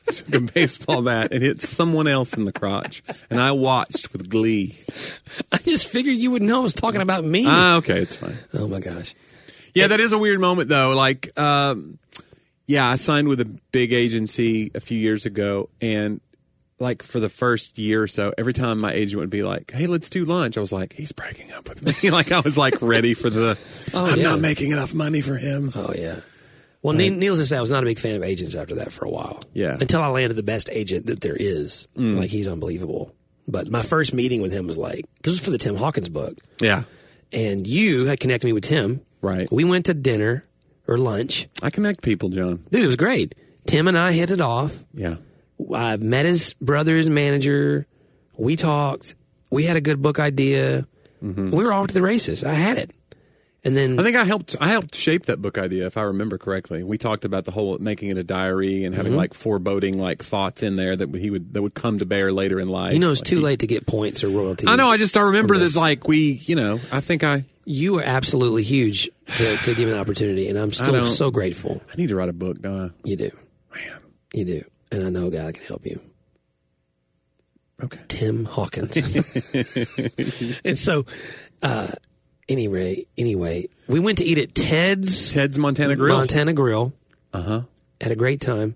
S2: took a baseball bat and hit someone else in the crotch, and I watched with glee.
S1: I just figured you would know I was talking about me.
S2: Ah, okay, it's fine.
S1: oh my gosh.
S2: Yeah, that is a weird moment though. Like, um, yeah, I signed with a big agency a few years ago, and like for the first year or so, every time my agent would be like, "Hey, let's do lunch," I was like, "He's breaking up with me." (laughs) like I was like ready for the,
S1: (laughs) Oh,
S2: "I'm
S1: yeah.
S2: not making enough money for him."
S1: Oh yeah. Well, ne- needless to say, I was not a big fan of agents after that for a while.
S2: Yeah. Mm.
S1: Until I landed the best agent that there is. Like he's unbelievable. But my first meeting with him was like because it was for the Tim Hawkins book,
S2: Yeah,
S1: and you had connected me with Tim.
S2: Right.
S1: We went to dinner or lunch.
S2: I connect people, John.
S1: Dude, it was great. Tim and I hit it off.
S2: Yeah,
S1: I met his brother's manager. We talked. We had a good book idea. We were off to the races. I had it. And then
S2: Mm-hmm. I think I helped. I helped shape that book idea, if I remember correctly. We talked about the whole making it a diary and having
S1: Mm-hmm.
S2: like foreboding, like thoughts in there that he would that would come to bear later in life.
S1: you know it's
S2: Like,
S1: too
S2: he-
S1: late to get points or royalties.
S2: I know. I just I remember
S1: this.
S2: that like we, you know, I think I
S1: you are absolutely huge to, to give an opportunity, and I'm still
S2: don't-
S1: so grateful.
S2: I need to write a book. Don't
S1: You do,
S2: I? Man.
S1: you do, and I know a guy that can help you,
S2: Okay.
S1: Tim Hawkins. (laughs) and so, uh, anyway, anyway, we went to eat at Ted's
S2: Ted's Montana Grill. Uh-huh.
S1: Montana Grill. Uh huh. Had a great time.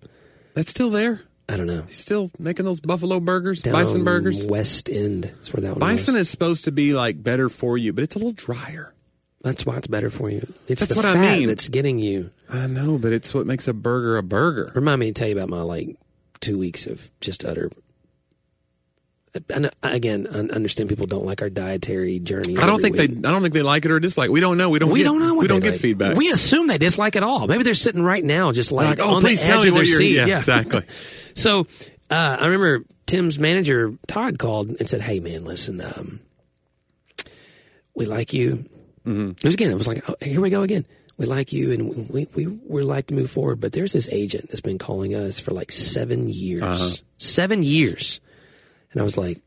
S2: That's still there.
S1: I don't know.
S2: He's still making those buffalo burgers,
S1: Down
S2: bison burgers.
S1: West End. That's where that one was.
S2: Bison is supposed to be like better for you, but it's a little drier.
S1: That's why it's better for you. It's
S2: That's
S1: the
S2: what I
S1: fat
S2: mean.
S1: That's getting you.
S2: I know, but it's what makes a burger a burger.
S1: Remind me to tell you about my like two weeks of just utter. And again, I understand people don't like our dietary journey.
S2: I don't think they. I don't think they like it or dislike. it. We don't know. We don't.
S1: We
S2: get,
S1: don't know. What
S2: we don't
S1: they
S2: get
S1: like.
S2: feedback.
S1: We assume they dislike it all. Maybe they're sitting right now, just like,
S2: like, oh,
S1: on the
S2: please tell
S1: edge
S2: me
S1: of their
S2: what you're.
S1: seat. (laughs)
S2: Yeah, exactly.
S1: So uh, I remember Tim's manager Todd called and said, "Hey man, listen, um, we like you." It was again. It was like, oh, "Here we go again. We like you, and we we we like to move forward." But there's this agent that's been calling us for like seven years. Seven years, and I was like,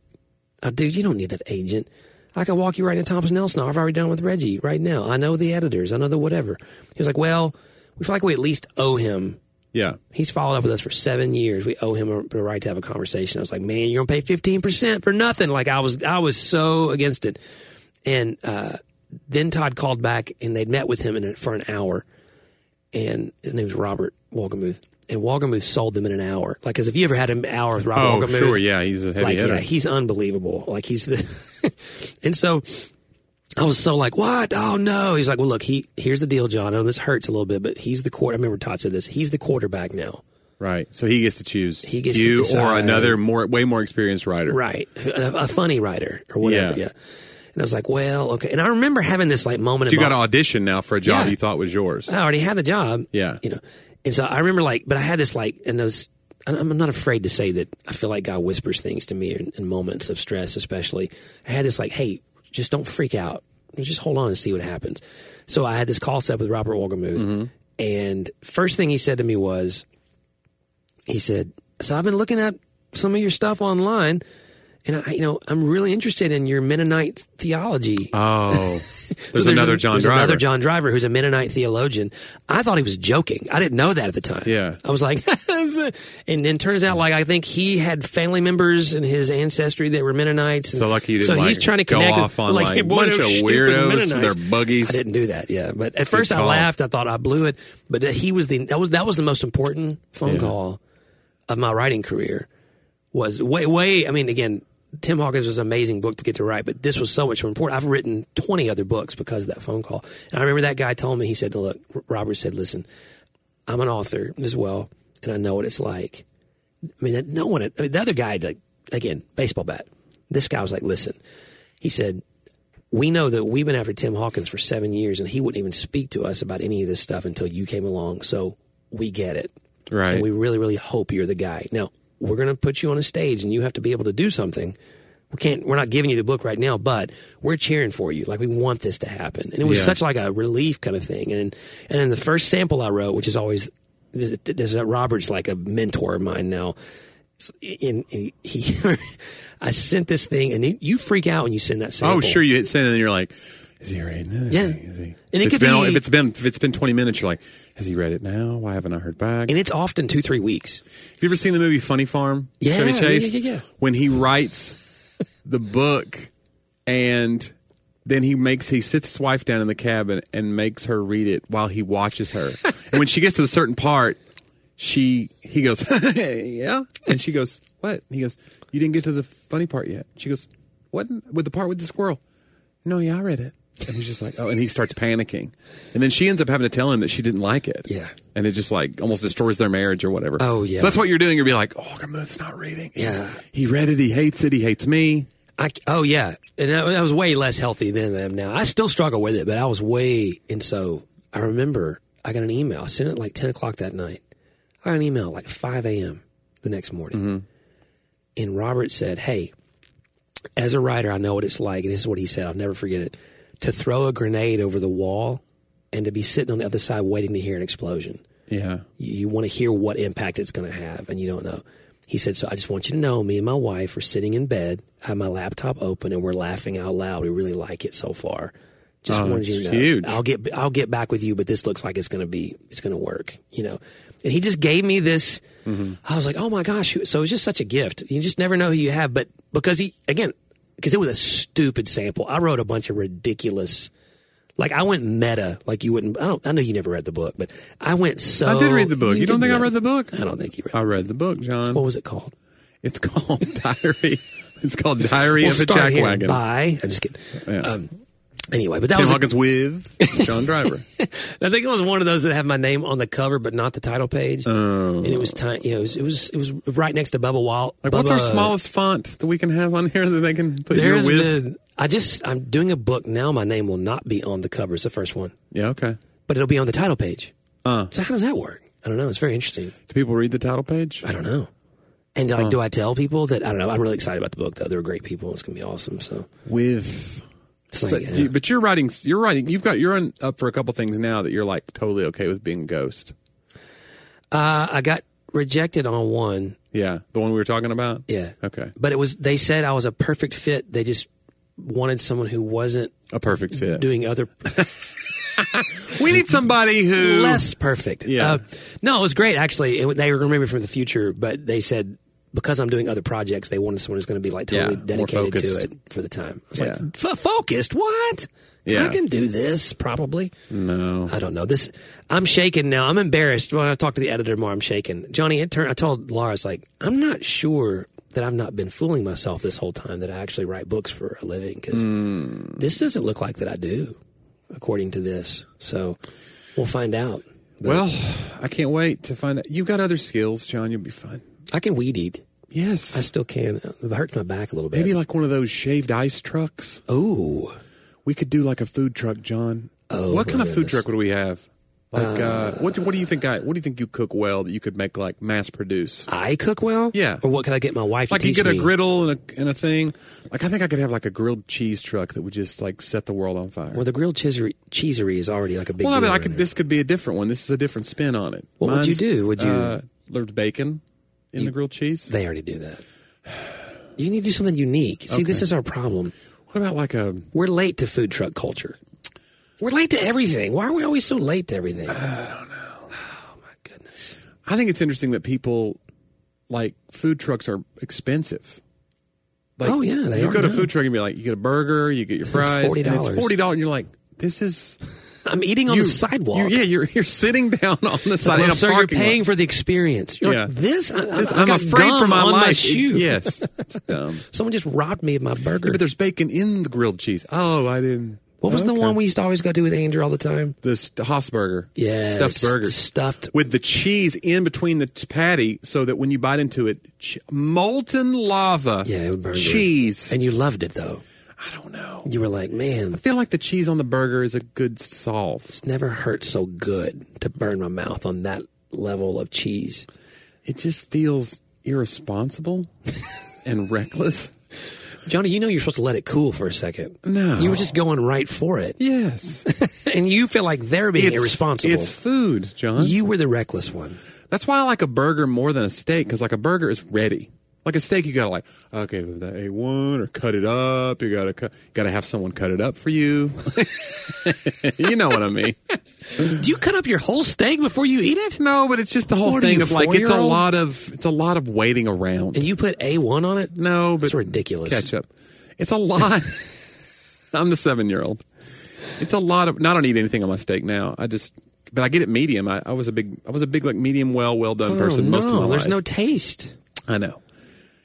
S1: oh, "Dude, you don't need that agent." I can walk you right into Thompson Nelson. I've already done with Reggie right now. I know the editors. I know the whatever. He was like, "Well, we feel like we at least owe him
S2: Yeah.
S1: He's followed up with us for seven years. We owe him a, the right to have a conversation. I was like, man, you're gonna pay fifteen percent for nothing. Like I was, I was so against it. And uh, then Todd called back, and they'd met with him in, for an hour. And his name was Robert Walgamuth, and Walgamuth sold them in an hour. Like, because if you ever had an hour with
S2: Oh,
S1: Robert Walgamuth,
S2: sure. Yeah, he's a heavy
S1: like
S2: hitter.
S1: yeah, he's unbelievable. Like he's the, (laughs) and so I was so like, what? Oh no! He's like, well, look, he here's the deal, John. I know this hurts a little bit, but he's the quarter. I remember Todd said this. He's the quarterback now,
S2: Right. So he gets to choose. He
S1: gets to
S2: you or
S1: decide.
S2: another more way more experienced writer.
S1: right? A, a funny writer or whatever. Yeah.
S2: Yeah.
S1: And I was like, well, okay. And I remember having this like moment.
S2: So you
S1: of
S2: got to audition now for a job
S1: Yeah.
S2: you thought was yours.
S1: I already had the job.
S2: Yeah.
S1: You know, and so I remember like, but I had this like, and those, and I'm I'm not afraid to say that I feel like God whispers things to me in, in moments of stress, especially. I had this like, hey, just don't freak out. Just hold on and see what happens. So I had this call set up with Robert Wolgamuth. And first thing he said to me was, he said, "So I've been looking at some of your stuff online, and I, you know, I'm really interested in your Mennonite theology.
S2: Oh, there's,
S1: So
S2: another
S1: a-
S2: John
S1: there's
S2: Driver.
S1: another John Driver who's a Mennonite theologian. I thought he was joking. I didn't know that at the time.
S2: Yeah.
S1: I was like, (laughs) and then turns out like I think he had family members in his ancestry that were Mennonites. And
S2: So lucky you didn't.
S1: So he's
S2: like,
S1: trying to
S2: go
S1: connect
S2: off
S1: with, (laughs)
S2: on like,
S1: hey,
S2: a
S1: boy,
S2: bunch
S1: those
S2: of
S1: stupid
S2: weirdos with
S1: Mennonites.
S2: their buggies.
S1: I didn't do that. Yeah, but at first I
S2: call.
S1: laughed. I thought I blew it. But he was the that was that was the most important phone call of my writing career. Was way way. I mean, again, Tim Hawkins was an amazing book to get to write, but this was so much more important. I've written twenty other books because of that phone call. And I remember that guy told me he said, "Look, Robert said, listen, I'm an author as well, and I know what it's like." I mean, that- no one. I mean, the other guy, like, again, baseball bat. This guy was like, "Listen," he said, "We know that we've been after Tim Hawkins for seven years, and he wouldn't even speak to us about any of this stuff until you came along. So we get it,
S2: Right.
S1: And we really, really hope you're the guy. Now we're going to put you on a stage, and you have to be able to do something." We can't. We're not giving you the book right now, but we're cheering for you. Like we want this to happen, and it was
S2: Yeah.
S1: such like a relief kind of thing. And and then the first sample I wrote, which is always this, this Robert's like a mentor of mine now and he, he (laughs) I sent this thing, and it, you freak out when you send that sample.
S2: Oh, sure. You hit send and then you're like, is he reading it? Is
S1: Yeah.
S2: He, is he?
S1: And it
S2: If it's
S1: could
S2: been,
S1: be-
S2: if it's been if it's been 20 minutes, you're like, has he read it now? Why haven't I heard back?
S1: And it's often two, three weeks.
S2: Have you ever seen the movie Funny Farm?
S1: Yeah,
S2: Chevy
S1: yeah,
S2: Chase.
S1: yeah, yeah, yeah.
S2: When he writes the book, and then he makes he sits his wife down in the cabin and makes her read it while he
S1: (laughs)
S2: watches her. and when she gets to the certain part, she he goes, (laughs) yeah, and she goes, what? And he goes, you didn't get to the funny part yet. She goes, what? With the part with the squirrel? No, yeah, I read it. And he's just like, oh, and he starts panicking, and then she ends up having to tell him that she didn't like it.
S1: Yeah.
S2: and it just like almost destroys their marriage or whatever.
S1: Oh, yeah.
S2: So that's what you're doing. You're be like, oh, come on, it's not reading. He's-
S1: Yeah.
S2: He read it. He hates it. He hates me.
S1: I, oh yeah, and I, I was way less healthy than I am now. I still struggle with it, but I was way. And so I remember I got an email. I sent it like ten o'clock that night. I got an email like five a.m. the next morning, and Robert said, "Hey, as a writer, I know what it's like, and this is what he said. I'll never forget it. to throw a grenade over the wall and to be sitting on the other side waiting to hear an explosion.
S2: Yeah.
S1: You, you want to hear what impact it's going to have, and you don't know. He said, So I just want you to know me and my wife are sitting in bed, I have my laptop open, and we're laughing out loud. We really like it so far. Just
S2: Oh,
S1: wanted you to know.
S2: that's huge.
S1: I'll get I'll get back with you, but this looks like it's gonna be it's gonna work, you know. And he just gave me this.
S2: Mm-hmm.
S1: I was like, oh my gosh! So it was just such a gift. You just never know who you have, but because he again, because it was a stupid sample. I wrote a bunch of ridiculous, like I went meta, like you wouldn't. I don't. I know you never read the book, but I went so.
S2: I did read the book. You, don't
S1: did
S2: think I read the book?
S1: I don't think you read.
S2: I read the book, John.
S1: What was it called?
S2: it's called (laughs) Diary. It's called Diary
S1: We'll
S2: of a
S1: start here.
S2: Jackwagon.
S1: Bye. I'm just kidding.
S2: Yeah.
S1: Um, anyway, but that
S2: Tim
S1: was. a- (laughs)
S2: Hawkins with John Driver.
S1: I think it was one of those that have my name on the cover, but not the title page. and it was time. You know, it was, it was it was right next to Bubba Wall.
S2: Oh. Like, what's our
S1: Bubba-
S2: smallest font that we can have on here that they can put your
S1: There's
S2: with?
S1: been. I just I'm doing a book now. My name will not be on the cover. It's the first one,
S2: yeah, okay.
S1: but it'll be on the title page.
S2: Uh.
S1: So how does that work? I don't know. It's very interesting.
S2: Do people read the title page?
S1: I don't know. And like, do I tell people that I don't know? I'm really excited about the book though. They're great people. It's gonna be awesome. So,
S2: With.
S1: it's like,
S2: So,
S1: yeah.
S2: do you- but you're writing. You're writing. You've got. You're on, up for a couple things now that you're like totally okay with being ghost.
S1: uh, I got rejected on one.
S2: Yeah, the one we were talking about.
S1: Yeah.
S2: Okay.
S1: But it was they said I was a perfect fit. They just wanted someone who wasn't
S2: A perfect fit.
S1: doing other
S2: we need somebody who.
S1: less perfect. Uh,
S2: Yeah.
S1: no, it was great actually. It, they remember me from the future, but they said because I'm doing other projects, they wanted someone who's going to be like totally
S2: Yeah, more
S1: dedicated to
S2: focused.
S1: it for the time. I was
S2: Yeah.
S1: like, F- focused? What?
S2: Yeah.
S1: I can do this probably.
S2: No.
S1: I don't know. This I'm shaken now. I'm embarrassed. When I talk to the editor more, I'm shaken. Johnny, it turned. I told Laura, I was like, I'm not sure that I've not been fooling myself this whole time that I actually write books for a living because
S2: Hmm.
S1: this doesn't look like that I do, according to this. So we'll find out. But
S2: Well, I can't wait to find out. You've got other skills, John. You'll be fine.
S1: I can weed eat. I
S2: Yes.
S1: still can. It hurts my back a little bit.
S2: Maybe like one of those shaved ice trucks.
S1: Oh,
S2: We could do like a food truck, John. Oh, what kind of food
S1: goodness.
S2: truck would we have? Like, uh, what, do, what do you think? I what do you think you cook well that you could make like mass produce?
S1: I cook well.
S2: Yeah.
S1: Or what can I get my wife
S2: Like
S1: to
S2: you
S1: teach
S2: get a
S1: me?
S2: griddle and a, and a thing. Like I think I could have like a grilled cheese truck that would just like set the world on fire.
S1: Well, the grilled cheesery, cheesery is already like a big.
S2: Well, I mean,
S1: deal
S2: I
S1: right
S2: could.
S1: now.
S2: This could be a different one. This is a different spin on it.
S1: What would you do? Would you-
S2: uh, loved bacon in the grilled cheese?
S1: They already do that. You need to do something unique. See, this is our problem.
S2: what about like a?
S1: We're late to food truck culture. We're late to everything. Why are we always so late to everything? I don't know. Oh my goodness.
S2: I think it's interesting that people like food trucks are expensive. Like,
S1: Oh, yeah, they
S2: you
S1: are
S2: go to
S1: now.
S2: food truck and be like, you get a burger, you get your fries, and it's
S1: $40.
S2: forty dollars, and you're like, this is
S1: I'm eating on
S2: you-
S1: the sidewalk.
S2: you- yeah, you're you're sitting down on the side
S1: Well,
S2: in a
S1: sir, you're
S2: parking lot.
S1: paying for the experience. You're like,
S2: Yeah.
S1: this, I, I,
S2: This-
S1: I
S2: I'm
S1: got
S2: afraid
S1: gum
S2: for my
S1: on
S2: life.
S1: my shoe.
S2: (laughs) Yes, it's dumb.
S1: Someone just robbed me of my burger.
S2: But there's bacon in the grilled cheese. Oh, I didn't.
S1: what was the
S2: Okay.
S1: one we used to always go to with Andrew all the time?
S2: The st- Haas burger.
S1: Yes,
S2: stuffed burger.
S1: stuffed.
S2: with the cheese in between the t- patty, so that when you bite into it, ch- molten lava.
S1: Yeah, it would burn you.
S2: cheese.
S1: And you loved it though.
S2: I don't know.
S1: You were like, man,
S2: I feel like the cheese on the burger is a good solve.
S1: it's never hurt so good to burn my mouth on that level of cheese.
S2: It just feels
S1: (laughs)
S2: irresponsible and reckless.
S1: Johnny, you know you're supposed to let it cool for a second.
S2: No.
S1: You were just going right for it.
S2: Yes,
S1: And you feel like they're being (laughs) irresponsible.
S2: It's food, John.
S1: you were the reckless one.
S2: That's why I like a burger more than a steak because like a burger is ready. Like a steak, you gotta like okay, the a one or cut it up. You gotta cut, gotta have someone cut it up for you. (laughs) you know what I mean?
S1: Do you cut up your whole steak before you eat it?
S2: No, but it's just the whole
S1: What are
S2: thing
S1: you,
S2: of like it's a
S1: four-year-old?
S2: lot of it's a lot of waiting around.
S1: And you put A1 on it?
S2: No, but
S1: That's ridiculous.
S2: Ketchup. It's a lot. (laughs) I'm the seven year old. It's a lot of. No, I don't eat anything on my steak now. I just, but I get it medium. I, I was a big, I was a big like medium well, well done
S1: Oh,
S2: person most of
S1: no,
S2: my
S1: there's no
S2: life.
S1: taste.
S2: I know.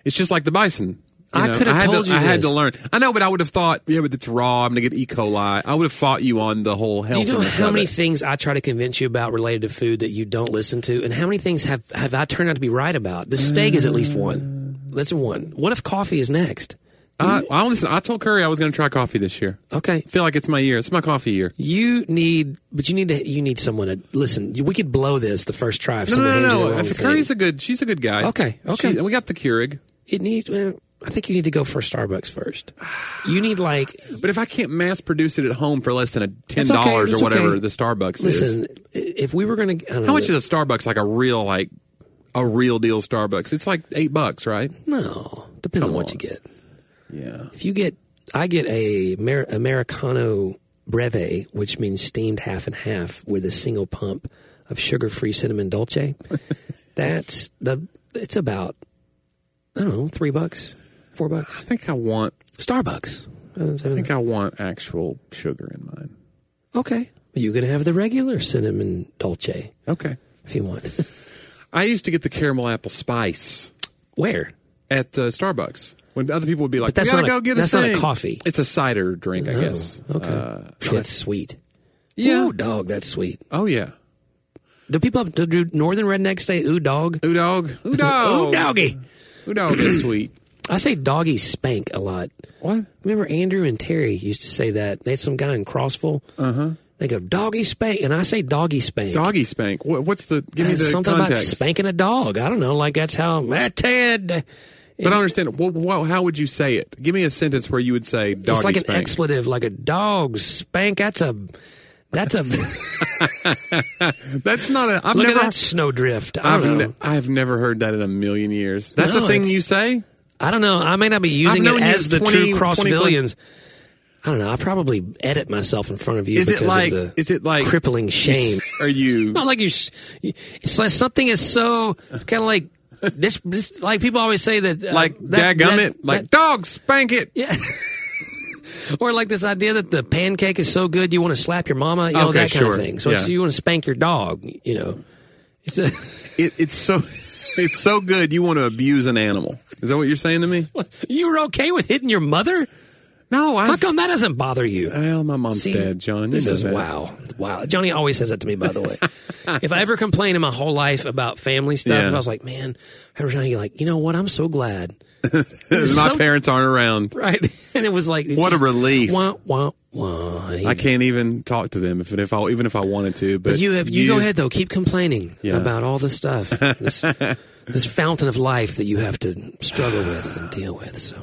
S2: It's just like the bison. You
S1: I
S2: know,
S1: could have
S2: had
S1: told
S2: to,
S1: you
S2: I had
S1: this.
S2: to learn. I know, but I would have thought, yeah, but it's raw. I'm gonna get E. coli. I would have fought you on the whole health.
S1: Do you know how many
S2: It.
S1: things I try to convince you about related to food that you don't listen to? And how many things have, have I turned out to be right about? The steak is at least one. That's one. What if coffee is next?
S2: I, I listen. I told Curry I was gonna try coffee this year.
S1: Okay.
S2: I feel like it's my year. It's my coffee year.
S1: You need, but you need to. You need someone to listen. We could blow this the first try. If
S2: No,
S1: someone
S2: no,
S1: hands you
S2: no,
S1: the
S2: no.
S1: wrong
S2: If
S1: thing.
S2: Curry's a good. She's a good guy.
S1: Okay, okay.
S2: She- and we got the Keurig.
S1: it needs. Well, I think you need to go for Starbucks first. You need like
S2: (sighs) But if I can't mass produce it at home for less than a ten
S1: It's okay,
S2: dollars
S1: it's
S2: or whatever
S1: okay.
S2: the Starbucks is,
S1: listen. If we were gonna, I don't
S2: how
S1: know,
S2: much is a Starbucks like a real like a real deal Starbucks? It's like eight bucks, right?
S1: no depends on what
S2: on.
S1: you get.
S2: Yeah.
S1: If you get, I get a Amer- Americano breve, which means steamed half and half with a single pump of sugar-free cinnamon
S2: (laughs)
S1: dolce. That's the. It's about I don't know three bucks, four
S2: I
S1: bucks.
S2: think I want.
S1: Starbucks.
S2: I think I want actual sugar in mine.
S1: Okay, you can have the regular cinnamon dolce
S2: Okay.
S1: if you want. (laughs)
S2: I used to get the caramel apple spice
S1: Where?
S2: at uh, Starbucks when other people would be like,
S1: that's
S2: "We gotta
S1: not a-
S2: go get a
S1: that's not a
S2: thing."
S1: coffee.
S2: It's a cider drink, I guess.
S1: Oh, okay.
S2: Uh,
S1: Phew, that's sweet.
S2: yeah.
S1: Ooh, dog, that's sweet.
S2: Oh yeah.
S1: Do people up do, do northern rednecks say ooh dog?
S2: Ooh dog. Ooh dog.
S1: Ooh doggy.
S2: Ooh dog
S1: (clears throat)
S2: is sweet.
S1: I say doggy spank a lot.
S2: What?
S1: Remember Andrew and Terry used to say that. They had some guy in Crossville. Uh-huh. They go doggy spank and I say doggy spank.
S2: Doggy spank. What, what's the? Give me
S1: That's
S2: the
S1: something about
S2: context.
S1: spanking a dog. I don't know. Like that's how I Ted.
S2: But I don't understand. Well, well, how would you say it? Give me a sentence where you would say doggy
S1: it's like an
S2: spank.
S1: expletive, like a dog spank. That's a that's a
S2: (laughs) That's not a. I've
S1: look
S2: never.
S1: at that snowdrift. I
S2: I've,
S1: don't know.
S2: ne- I've never heard that in a million years. That's
S1: No,
S2: a thing
S1: it's-
S2: you say.
S1: I don't know. I may not be using
S2: known
S1: it
S2: you
S1: as the
S2: 20
S1: true
S2: 20
S1: Crossvillians. I don't know. I probably edit myself in front of you
S2: Is it
S1: because
S2: like?
S1: of the
S2: Is it like
S1: crippling shame.
S2: (laughs) Are you?
S1: Not like you. s- It's like something is so. It's kind of
S2: (laughs)
S1: like this, this. Like people always say that. uh,
S2: like
S1: that-
S2: dadgummit,
S1: that-
S2: like
S1: that-
S2: dog spank it.
S1: yeah. (laughs) Or like this idea that the pancake is so good you want to slap your mama, you know,
S2: Okay,
S1: that kind
S2: sure.
S1: of thing. So it's,
S2: Yeah.
S1: you want to spank your dog, you know. It's a, (laughs)
S2: it. It's so (laughs) it's so good you want to abuse an animal. Is that what you're saying to me?
S1: you were okay with hitting your mother?
S2: No, I.
S1: How come that doesn't bother you?
S2: Well, my mom's
S1: See,
S2: dead, John. You
S1: This
S2: know
S1: is
S2: that.
S1: wow, wow. Johnny always says that to me. By the
S2: (laughs)
S1: way, if I ever complain in my whole life about family stuff,
S2: Yeah.
S1: I was like, man, every time you're like, you know what? I'm so
S2: (laughs)
S1: glad,
S2: (laughs) my
S1: So-
S2: parents aren't around.
S1: right? (laughs) And it was like, it's
S2: What a
S1: just,
S2: relief.
S1: Wah, wah, wah. honey.
S2: I can't even talk to them if if I even if I wanted to. But
S1: you have you, go ahead though. Keep complaining
S2: Yeah.
S1: about all this
S2: (laughs)
S1: stuff, this, this fountain of life that you have to struggle with and deal with. So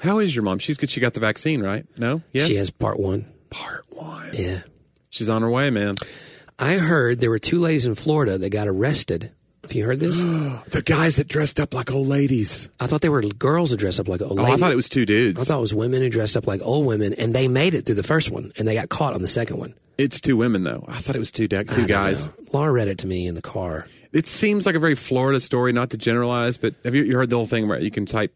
S2: How is your mom? She's good. She got the vaccine, right? No. Yes.
S1: she has part one.
S2: part one.
S1: Yeah.
S2: She's on her way, man.
S1: I heard there were two ladies in Florida that got arrested. Have you heard this?
S2: The guys that dressed up like old ladies.
S1: I thought they were girls that dressed up like old
S2: Oh,
S1: ladies.
S2: I thought it was two dudes.
S1: I thought it was women who dressed up like old women, and they made it through the first one, and they got caught on the second one.
S2: it's two women though. I thought it was two de- two guys.
S1: Laura read it to me in the car.
S2: It seems like a very Florida story, not to generalize, but have you, you heard the whole thing where you can type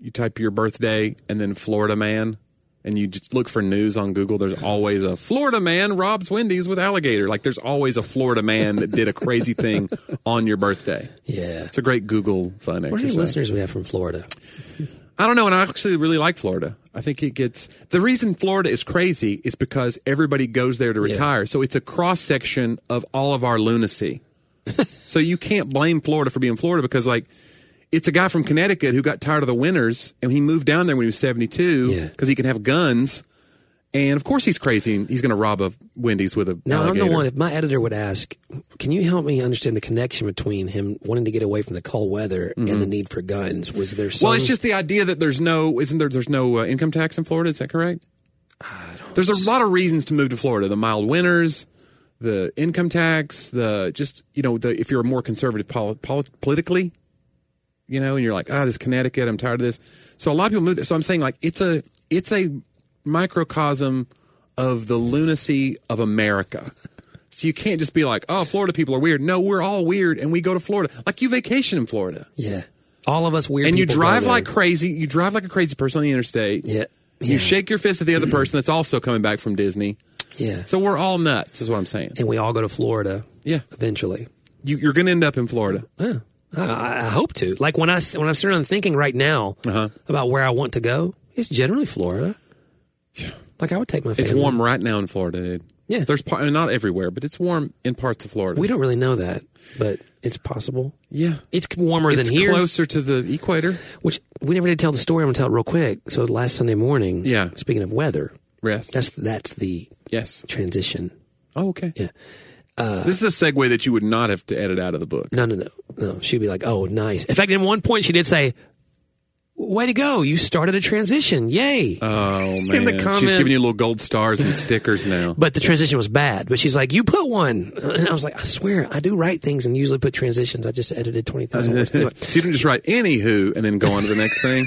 S2: you type your birthday and then Florida man and you just look for news on Google. There's always a Florida man robs Wendy's with alligator. Like there's always a Florida man that did a crazy thing on your birthday.
S1: Yeah.
S2: It's a great Google
S1: What
S2: fun
S1: many
S2: exercise.
S1: listeners we have from Florida?
S2: I don't know, and I actually really like Florida. I think it gets the reason Florida is crazy is because everybody goes there to retire. So it's a cross section of all of
S1: (laughs)
S2: our lunacy. so you can't blame Florida for being Florida because like it's a guy from Connecticut who got tired of the winters and he moved down there when he was 72
S1: Yeah.
S2: because he can have guns. And of course he's crazy. and He's going to rob a Wendy's with a
S1: Now
S2: alligator.
S1: I'm the one. If my editor would ask, "Can you help me understand the connection between him wanting to get away from the cold weather and the need for guns?" Was there some?
S2: Mm-hmm. Well, it's just the idea that there's no isn't there there's no uh, income tax in Florida. Is that correct? There's a lot of reasons to move to Florida: the mild winters, the income tax, the just you know the if you're more conservative poli- poli- politically, you know, and you're like, ah, this Connecticut, I'm tired of this. So a lot of people move. There. So I'm saying like it's a it's a microcosm of the lunacy of America. So you can't just be like, oh, Florida people are weird. No, we're all weird, and we go to Florida. Like you vacation in Florida
S1: yeah, all of us weird.
S2: and you
S1: people go
S2: drive
S1: there.
S2: like crazy. You drive like a crazy person on the interstate.
S1: Yeah. Yeah.
S2: You shake your fist at the other person that's also coming back from Disney.
S1: yeah,
S2: So we're all nuts, is what I'm saying.
S1: and we all go to Florida.
S2: Yeah.
S1: eventually.
S2: You, you're going to end up in Florida.
S1: Yeah, I- I, I hope to. Like when I th- when I'm sitting around thinking right now
S2: Uh-huh.
S1: about where I want to go, it's generally Florida. Like I would take my. Family.
S2: It's warm right now in Florida, dude.
S1: Yeah.
S2: There's part, not everywhere, but it's warm in parts of Florida.
S1: We don't really know that, but it's possible.
S2: yeah.
S1: It's warmer
S2: It's
S1: than here,
S2: closer to the equator.
S1: which we never did tell the story. I'm gonna tell it real quick. So last Sunday morning,
S2: Yeah.
S1: Speaking of weather,
S2: Yes.
S1: that's that's the
S2: yes.
S1: transition.
S2: Oh, okay.
S1: Yeah. Uh,
S2: this is a segue that you would
S1: (laughs)
S2: not have to edit out of the book.
S1: No, no, no, no. She'd be like, "Oh, nice." In fact, at one point, she did say, way to go. You started a transition. Yay.
S2: Oh man,
S1: the
S2: she's
S1: comment-
S2: giving you little gold stars and stickers
S1: (laughs)
S2: now.
S1: but the transition was bad. But she's like, you put one. And I was like, I swear, I do write things and usually put transitions. I just edited 20,000 words.
S2: (laughs)
S1: Anyway,
S2: so you didn't just write anywho and then go on to the next
S1: (laughs)
S2: thing.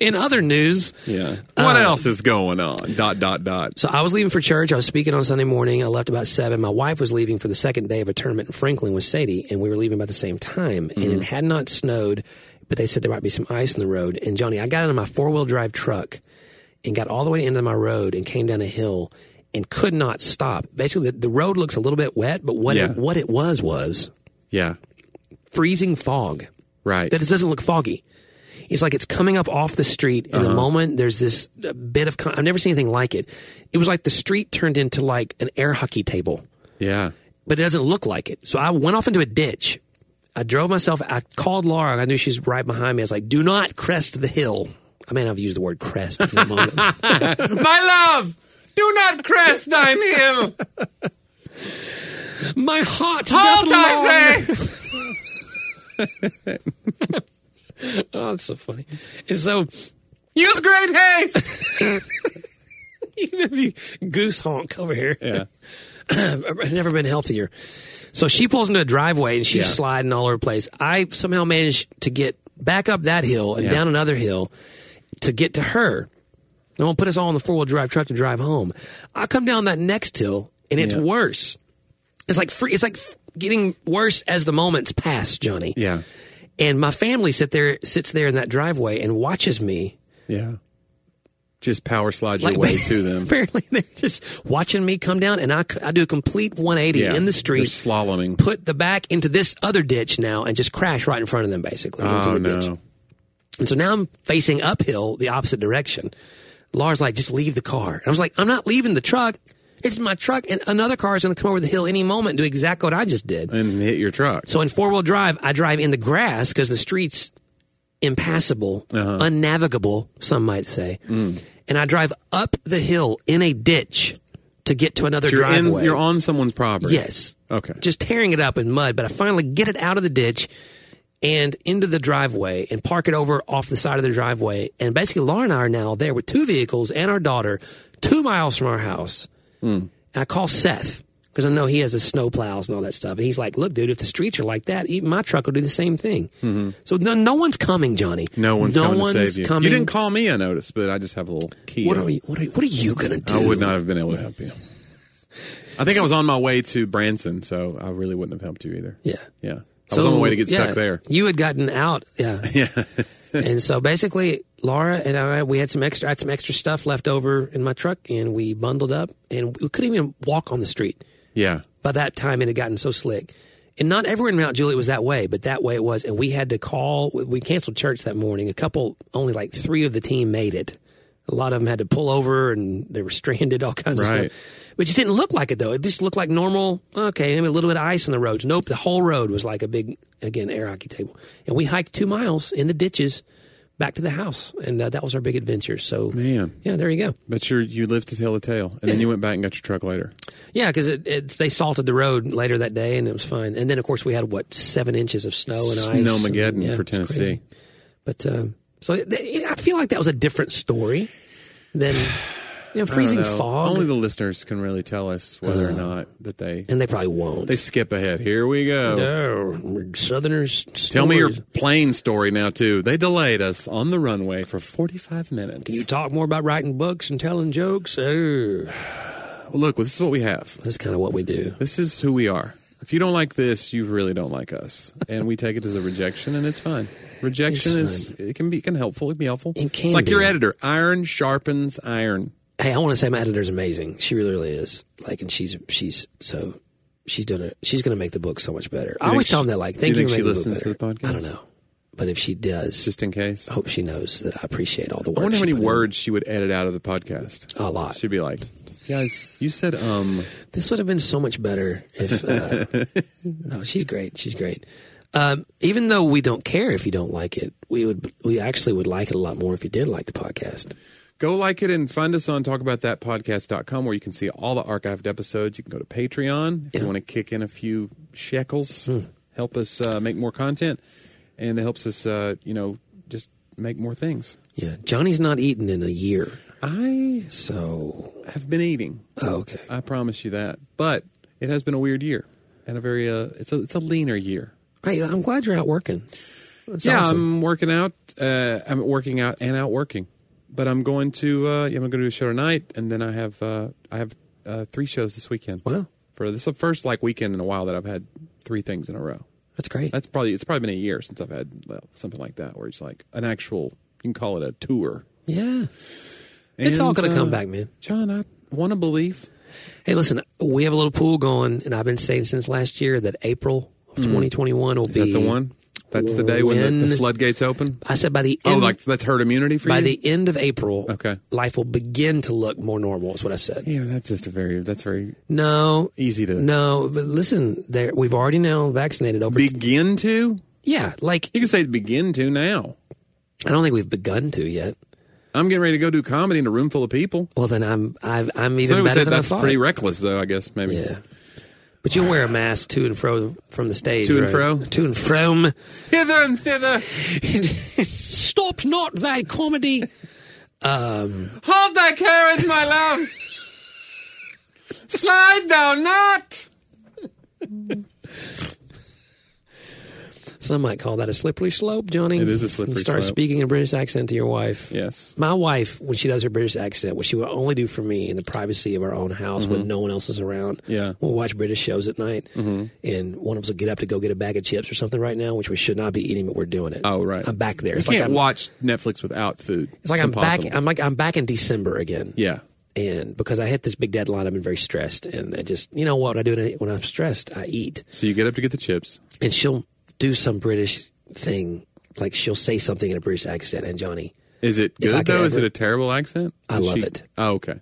S1: in other news,
S2: yeah.
S1: Uh,
S2: What else is going on? Dot dot dot.
S1: So I was leaving for church. I was speaking on Sunday morning. I left about seven. My wife was leaving for the second day of a tournament in Franklin with Sadie, and we were leaving about the same time.
S2: Mm-hmm.
S1: And it had not snowed, but they said there might be some ice in the road. And Johnny, I got out of my four wheel drive truck and got all the way to the end of my road and came down a hill and could not stop. Basically, the, the road looks a little bit wet, but what
S2: Yeah.
S1: it, what it was was
S2: Yeah.
S1: freezing fog
S2: Right.
S1: that it doesn't look foggy. It's like it's coming up off the street. In the moment, there's this uh, bit of. Con- I've never seen anything like it. It was like the street turned into like an air hockey table,
S2: yeah.
S1: but it doesn't look like it. So I went off into a ditch. I drove myself. I called Laura. I knew she's right behind me. I was like, "Do not crest the hill." I mean, I've used the word crest in a moment.
S2: My love, do not crest thine hill.
S1: My heart
S2: Halt,
S1: doth
S2: I
S1: long-
S2: say.
S1: (laughs) Oh, that's so funny. And so (laughs)
S2: Use great haste.
S1: you made me goose honk over here.
S2: (laughs) Yeah.
S1: I've never been healthier. So she pulls into a driveway and she's
S2: Yeah.
S1: sliding all over the place. I somehow managed to get back up that hill and
S2: Yeah.
S1: down another hill to get to her. They won't put us all in the four wheel drive truck to drive home. I come down that next hill and it's
S2: Yeah.
S1: worse. It's like free, it's like f- getting worse as the moments pass, Johnny.
S2: Yeah.
S1: And my family sit there sits there in that driveway and watches me.
S2: Yeah. Just power slide your
S1: Like, (laughs)
S2: way to them.
S1: Apparently they're just watching me come down and I, c- I do a complete 180
S2: Yeah.
S1: in
S2: They're
S1: the street.
S2: slaloming.
S1: put the back into this other ditch now and just crash right in front of them, basically.
S2: Oh
S1: into the
S2: no.
S1: ditch. And so now I'm facing uphill the opposite direction. Lars like, just leave the car. And I was like, I'm not leaving the truck. It's my truck, and another car is going to come over the hill any moment and do exactly what I just did.
S2: And hit your truck.
S1: So in four wheel drive, I drive in the grass because the street's impassable,
S2: Uh-huh.
S1: unnavigable, some might say.
S2: Mm.
S1: And I drive up the hill in a ditch to get to another
S2: You're, in,
S1: driveway.
S2: you're on someone's property.
S1: Yes.
S2: Okay.
S1: Just tearing it up in mud, but I finally get it out of the ditch and into the driveway and park it over off the side of the driveway. And basically, Laura and I are now there with two vehicles and our daughter, two miles from our house.
S2: Hmm.
S1: And I call Seth because I know he has his snow plows and all that stuff. And he's like, "Look, dude, if the streets are like that, even my truck will do the same thing." So no, no one's coming, Johnny.
S2: Mm-hmm. No one's
S1: no
S2: coming
S1: one's
S2: to save you.
S1: Coming.
S2: You didn't call me, I noticed, but I just have a little key.
S1: What
S2: on.
S1: are you? What are, what are you gonna do?
S2: I would not have been able to help you. I think I was on my way to Branson, so I really wouldn't have helped you either.
S1: Yeah.
S2: Yeah. I was on my way to get
S1: yeah,
S2: stuck there. (laughs)
S1: You had gotten out, yeah.
S2: Yeah.
S1: and so basically, Laura and I, we had some extra, I had some extra stuff left over in my truck, and we bundled up, and we couldn't even walk on the street
S2: Yeah.
S1: by that time. It had gotten so slick, and not everywhere in Mount Juliet was that way, but that way it was. And we had to call. we- We canceled church that morning. A couple, only like three of the team made it. A lot of them had to pull over, and they were (laughs) stranded, all kinds of
S2: Right.
S1: stuff. But it just didn't look like it though. It just looked like normal. Okay, maybe a little bit of ice on the roads. Nope, the whole road was like a big again air hockey table. And we hiked two miles in the ditches back to the house, and uh, that was our big adventure. So
S2: Man.
S1: yeah, there you go.
S2: But you're, you lived to tell the tale, and then you went back and got your truck later.
S1: Yeah, because it, it's they salted the road later that day, and it was fine. And then of course we had what seven inches of snow and ice.
S2: Snowmageddon
S1: Yeah, it
S2: for
S1: was crazy.
S2: Tennessee.
S1: But um, so it, it- I feel like that was a different story than you know freezing
S2: (sighs) I don't know.
S1: fog,
S2: Only the listeners can really tell us whether or not that they
S1: and they probably won't.
S2: they skip ahead. Here we go.
S1: Oh, Southerners.
S2: Tell me your
S1: stories.
S2: plane story now too. They delayed us on the runway for 45 minutes.
S1: You talk more about writing books and telling jokes. Oh,
S2: Look, this is what we have.
S1: that's kind of what we do.
S2: This is who we are. If you don't like this, you really don't like us, and we take it as a rejection, and it's fine. Rejection
S1: It's
S2: is it can be it can helpful. It can be helpful.
S1: It can
S2: it's like
S1: be.
S2: your editor. Iron sharpens iron.
S1: Hey, I want to say my editor's amazing. She really, really is. Like, and she's she's so she's doing it. She's going to make the book so much better. I always
S2: think
S1: tell
S2: she-
S1: them that. Like,
S2: you
S1: thank you.
S2: think
S1: for
S2: she
S1: making book
S2: listens to the
S1: better.
S2: podcast?
S1: I don't know, but if she does,
S2: Just in case.
S1: I hope she knows that I appreciate all the work.
S2: I wonder how
S1: she
S2: many
S1: put in.
S2: words she would edit out of the podcast.
S1: A lot.
S2: She'd be like, guys, you said um.
S1: This would have been so much better if. Uh,
S2: (laughs)
S1: no, she's great. She's great. Um, even though we don't care if you don't like it, we would we actually would like it a lot more if you did like the podcast.
S2: Go like it and find us on talkaboutthatpodcast.com where you can see all the archived episodes. You can go to Hmm. Patreon if you want to kick in a few shekels, help us uh, make more content. and it helps us, uh, you know, just make more things.
S1: Yeah, Johnny's not eaten in a year,
S2: I
S1: so
S2: have been eating.
S1: oh, okay.
S2: I promise you that. But it has been a weird year and a very uh, it's a it's a leaner year.
S1: Hey, I'm glad you're out working. That's
S2: yeah,
S1: awesome.
S2: I'm working out. Uh, I'm working out and out working. But I'm going to uh, I'm going to do a show tonight, and then I have uh, I have uh, three shows this weekend.
S1: wow,
S2: For this is the first like weekend in a while that I've had three things in a row.
S1: that's great.
S2: That's probably it's probably been a year since I've had well, something like that where it's like an actual you can call it a tour.
S1: yeah, it's all
S2: And,
S1: gonna
S2: uh,
S1: come back, man.
S2: John. I want to believe.
S1: Hey, listen, we have a little pool going, and I've been saying since last year that April of 2021 will
S2: Hmm. Is
S1: be
S2: that the one? That's the day when, the, the
S1: when-
S2: floodgates open.
S1: I said by the
S2: Oh,
S1: end,
S2: like that's herd immunity for
S1: by
S2: you.
S1: the end of April,
S2: Okay.
S1: life will begin to look more normal. Is what I said.
S2: yeah, but that's just a very that's very
S1: No,
S2: easy to
S1: no, but listen, there we've already now vaccinated over.
S2: begin to.
S1: yeah, like
S2: You can say begin to now.
S1: I don't think we've begun to yet.
S2: I'm getting ready to go do comedy in a room full of people.
S1: Well, then I'm I've, I'm even
S2: Somebody
S1: better
S2: said
S1: than
S2: that's
S1: I thought.
S2: pretty reckless, though. I guess maybe.
S1: yeah, but you'll wear a mask to and fro from the stage.
S2: To and
S1: right?
S2: fro?
S1: To and from.
S2: Hither and thither,
S1: (laughs) Stop not thy comedy.
S2: hold thy carriage, my love. Slide down not.
S1: Some might call that a slippery slope, Johnny.
S2: It is a slippery
S1: You Start
S2: slope.
S1: speaking in a British accent to your wife.
S2: Yes.
S1: My wife, when she does her British accent, what she will only do for me in the privacy of our own house when no one else is around.
S2: Mm-hmm. Yeah. Mm-hmm.
S1: We'll watch British shows at night, and one of us will get up to go get a bag of chips or something right now, which we should not be eating, but we're doing it.
S2: Oh, right.
S1: I'm back there.
S2: You
S1: It's like
S2: can't
S1: I'm,
S2: watch Netflix without food.
S1: it's like I'm back.
S2: impossible.
S1: I'm like I'm back in December again.
S2: yeah.
S1: And because I hit this big deadline, I've been very stressed, and I just you know what I do when I'm stressed, I eat
S2: So you get up to get the chips.
S1: and she'll do some British thing, like she'll say something in a British accent. And Johnny,
S2: Is it
S1: I
S2: good
S1: could
S2: though? Is it
S1: ever-
S2: a terrible accent?
S1: I
S2: Is
S1: love it.
S2: Oh, okay.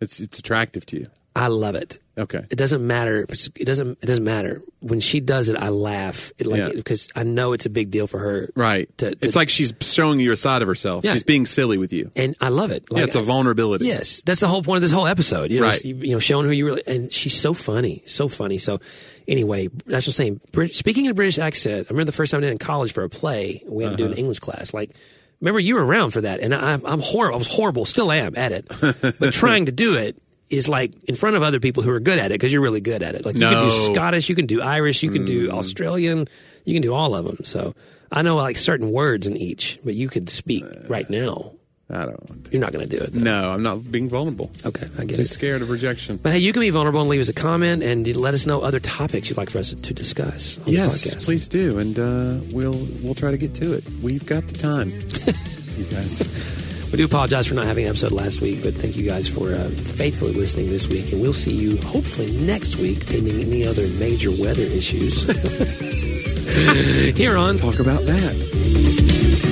S2: It's it's attractive to you.
S1: I love it.
S2: Okay.
S1: It doesn't matter. It doesn't. It doesn't matter when she does it. I laugh, it, like
S2: Yeah.
S1: because I know it's a big deal for her,
S2: Right.
S1: To- to-
S2: it's like she's showing you a side of herself.
S1: Yeah.
S2: She's being silly with you.
S1: And I love it. Like,
S2: yeah, it's a vulnerability.
S1: Yes, that's the whole point of this whole episode. You know,
S2: Right.
S1: is, You, you know, showing who you really. And she's so funny, so funny. So, anyway, that's what I'm saying. Brit- speaking in a British accent, I remember the first time I did it in college for a play. We had to do
S2: Uh-huh.
S1: an English class. Like, remember you were around for that, and I, I'm horrible. I was horrible, still am at
S2: (laughs)
S1: it. but trying to do it is like in front of other people who are good at it because you're really good at it. Like you can
S2: No. Mm.
S1: do Scottish, you can do Irish, you can do Australian, you can do all of them. So. I know like certain words in each, but you could speak
S2: Uh,
S1: right now.
S2: I don't want to.
S1: You're not going to do it. Though.
S2: No, I'm not being vulnerable.
S1: Okay, I get
S2: Too
S1: it.
S2: scared of rejection.
S1: But hey, you can be vulnerable and leave us a comment and you let us know other topics you'd like for us to discuss on
S2: Yes,
S1: the podcast.
S2: please do, and uh, we'll we'll try to get to it. We've got the
S1: (laughs)
S2: time, you guys.
S1: We do apologize for not having an episode last week, but thank you guys for uh, faithfully listening this week. And we'll see you hopefully next week, pending any other major weather issues. (laughs) Here on
S2: Talk about that.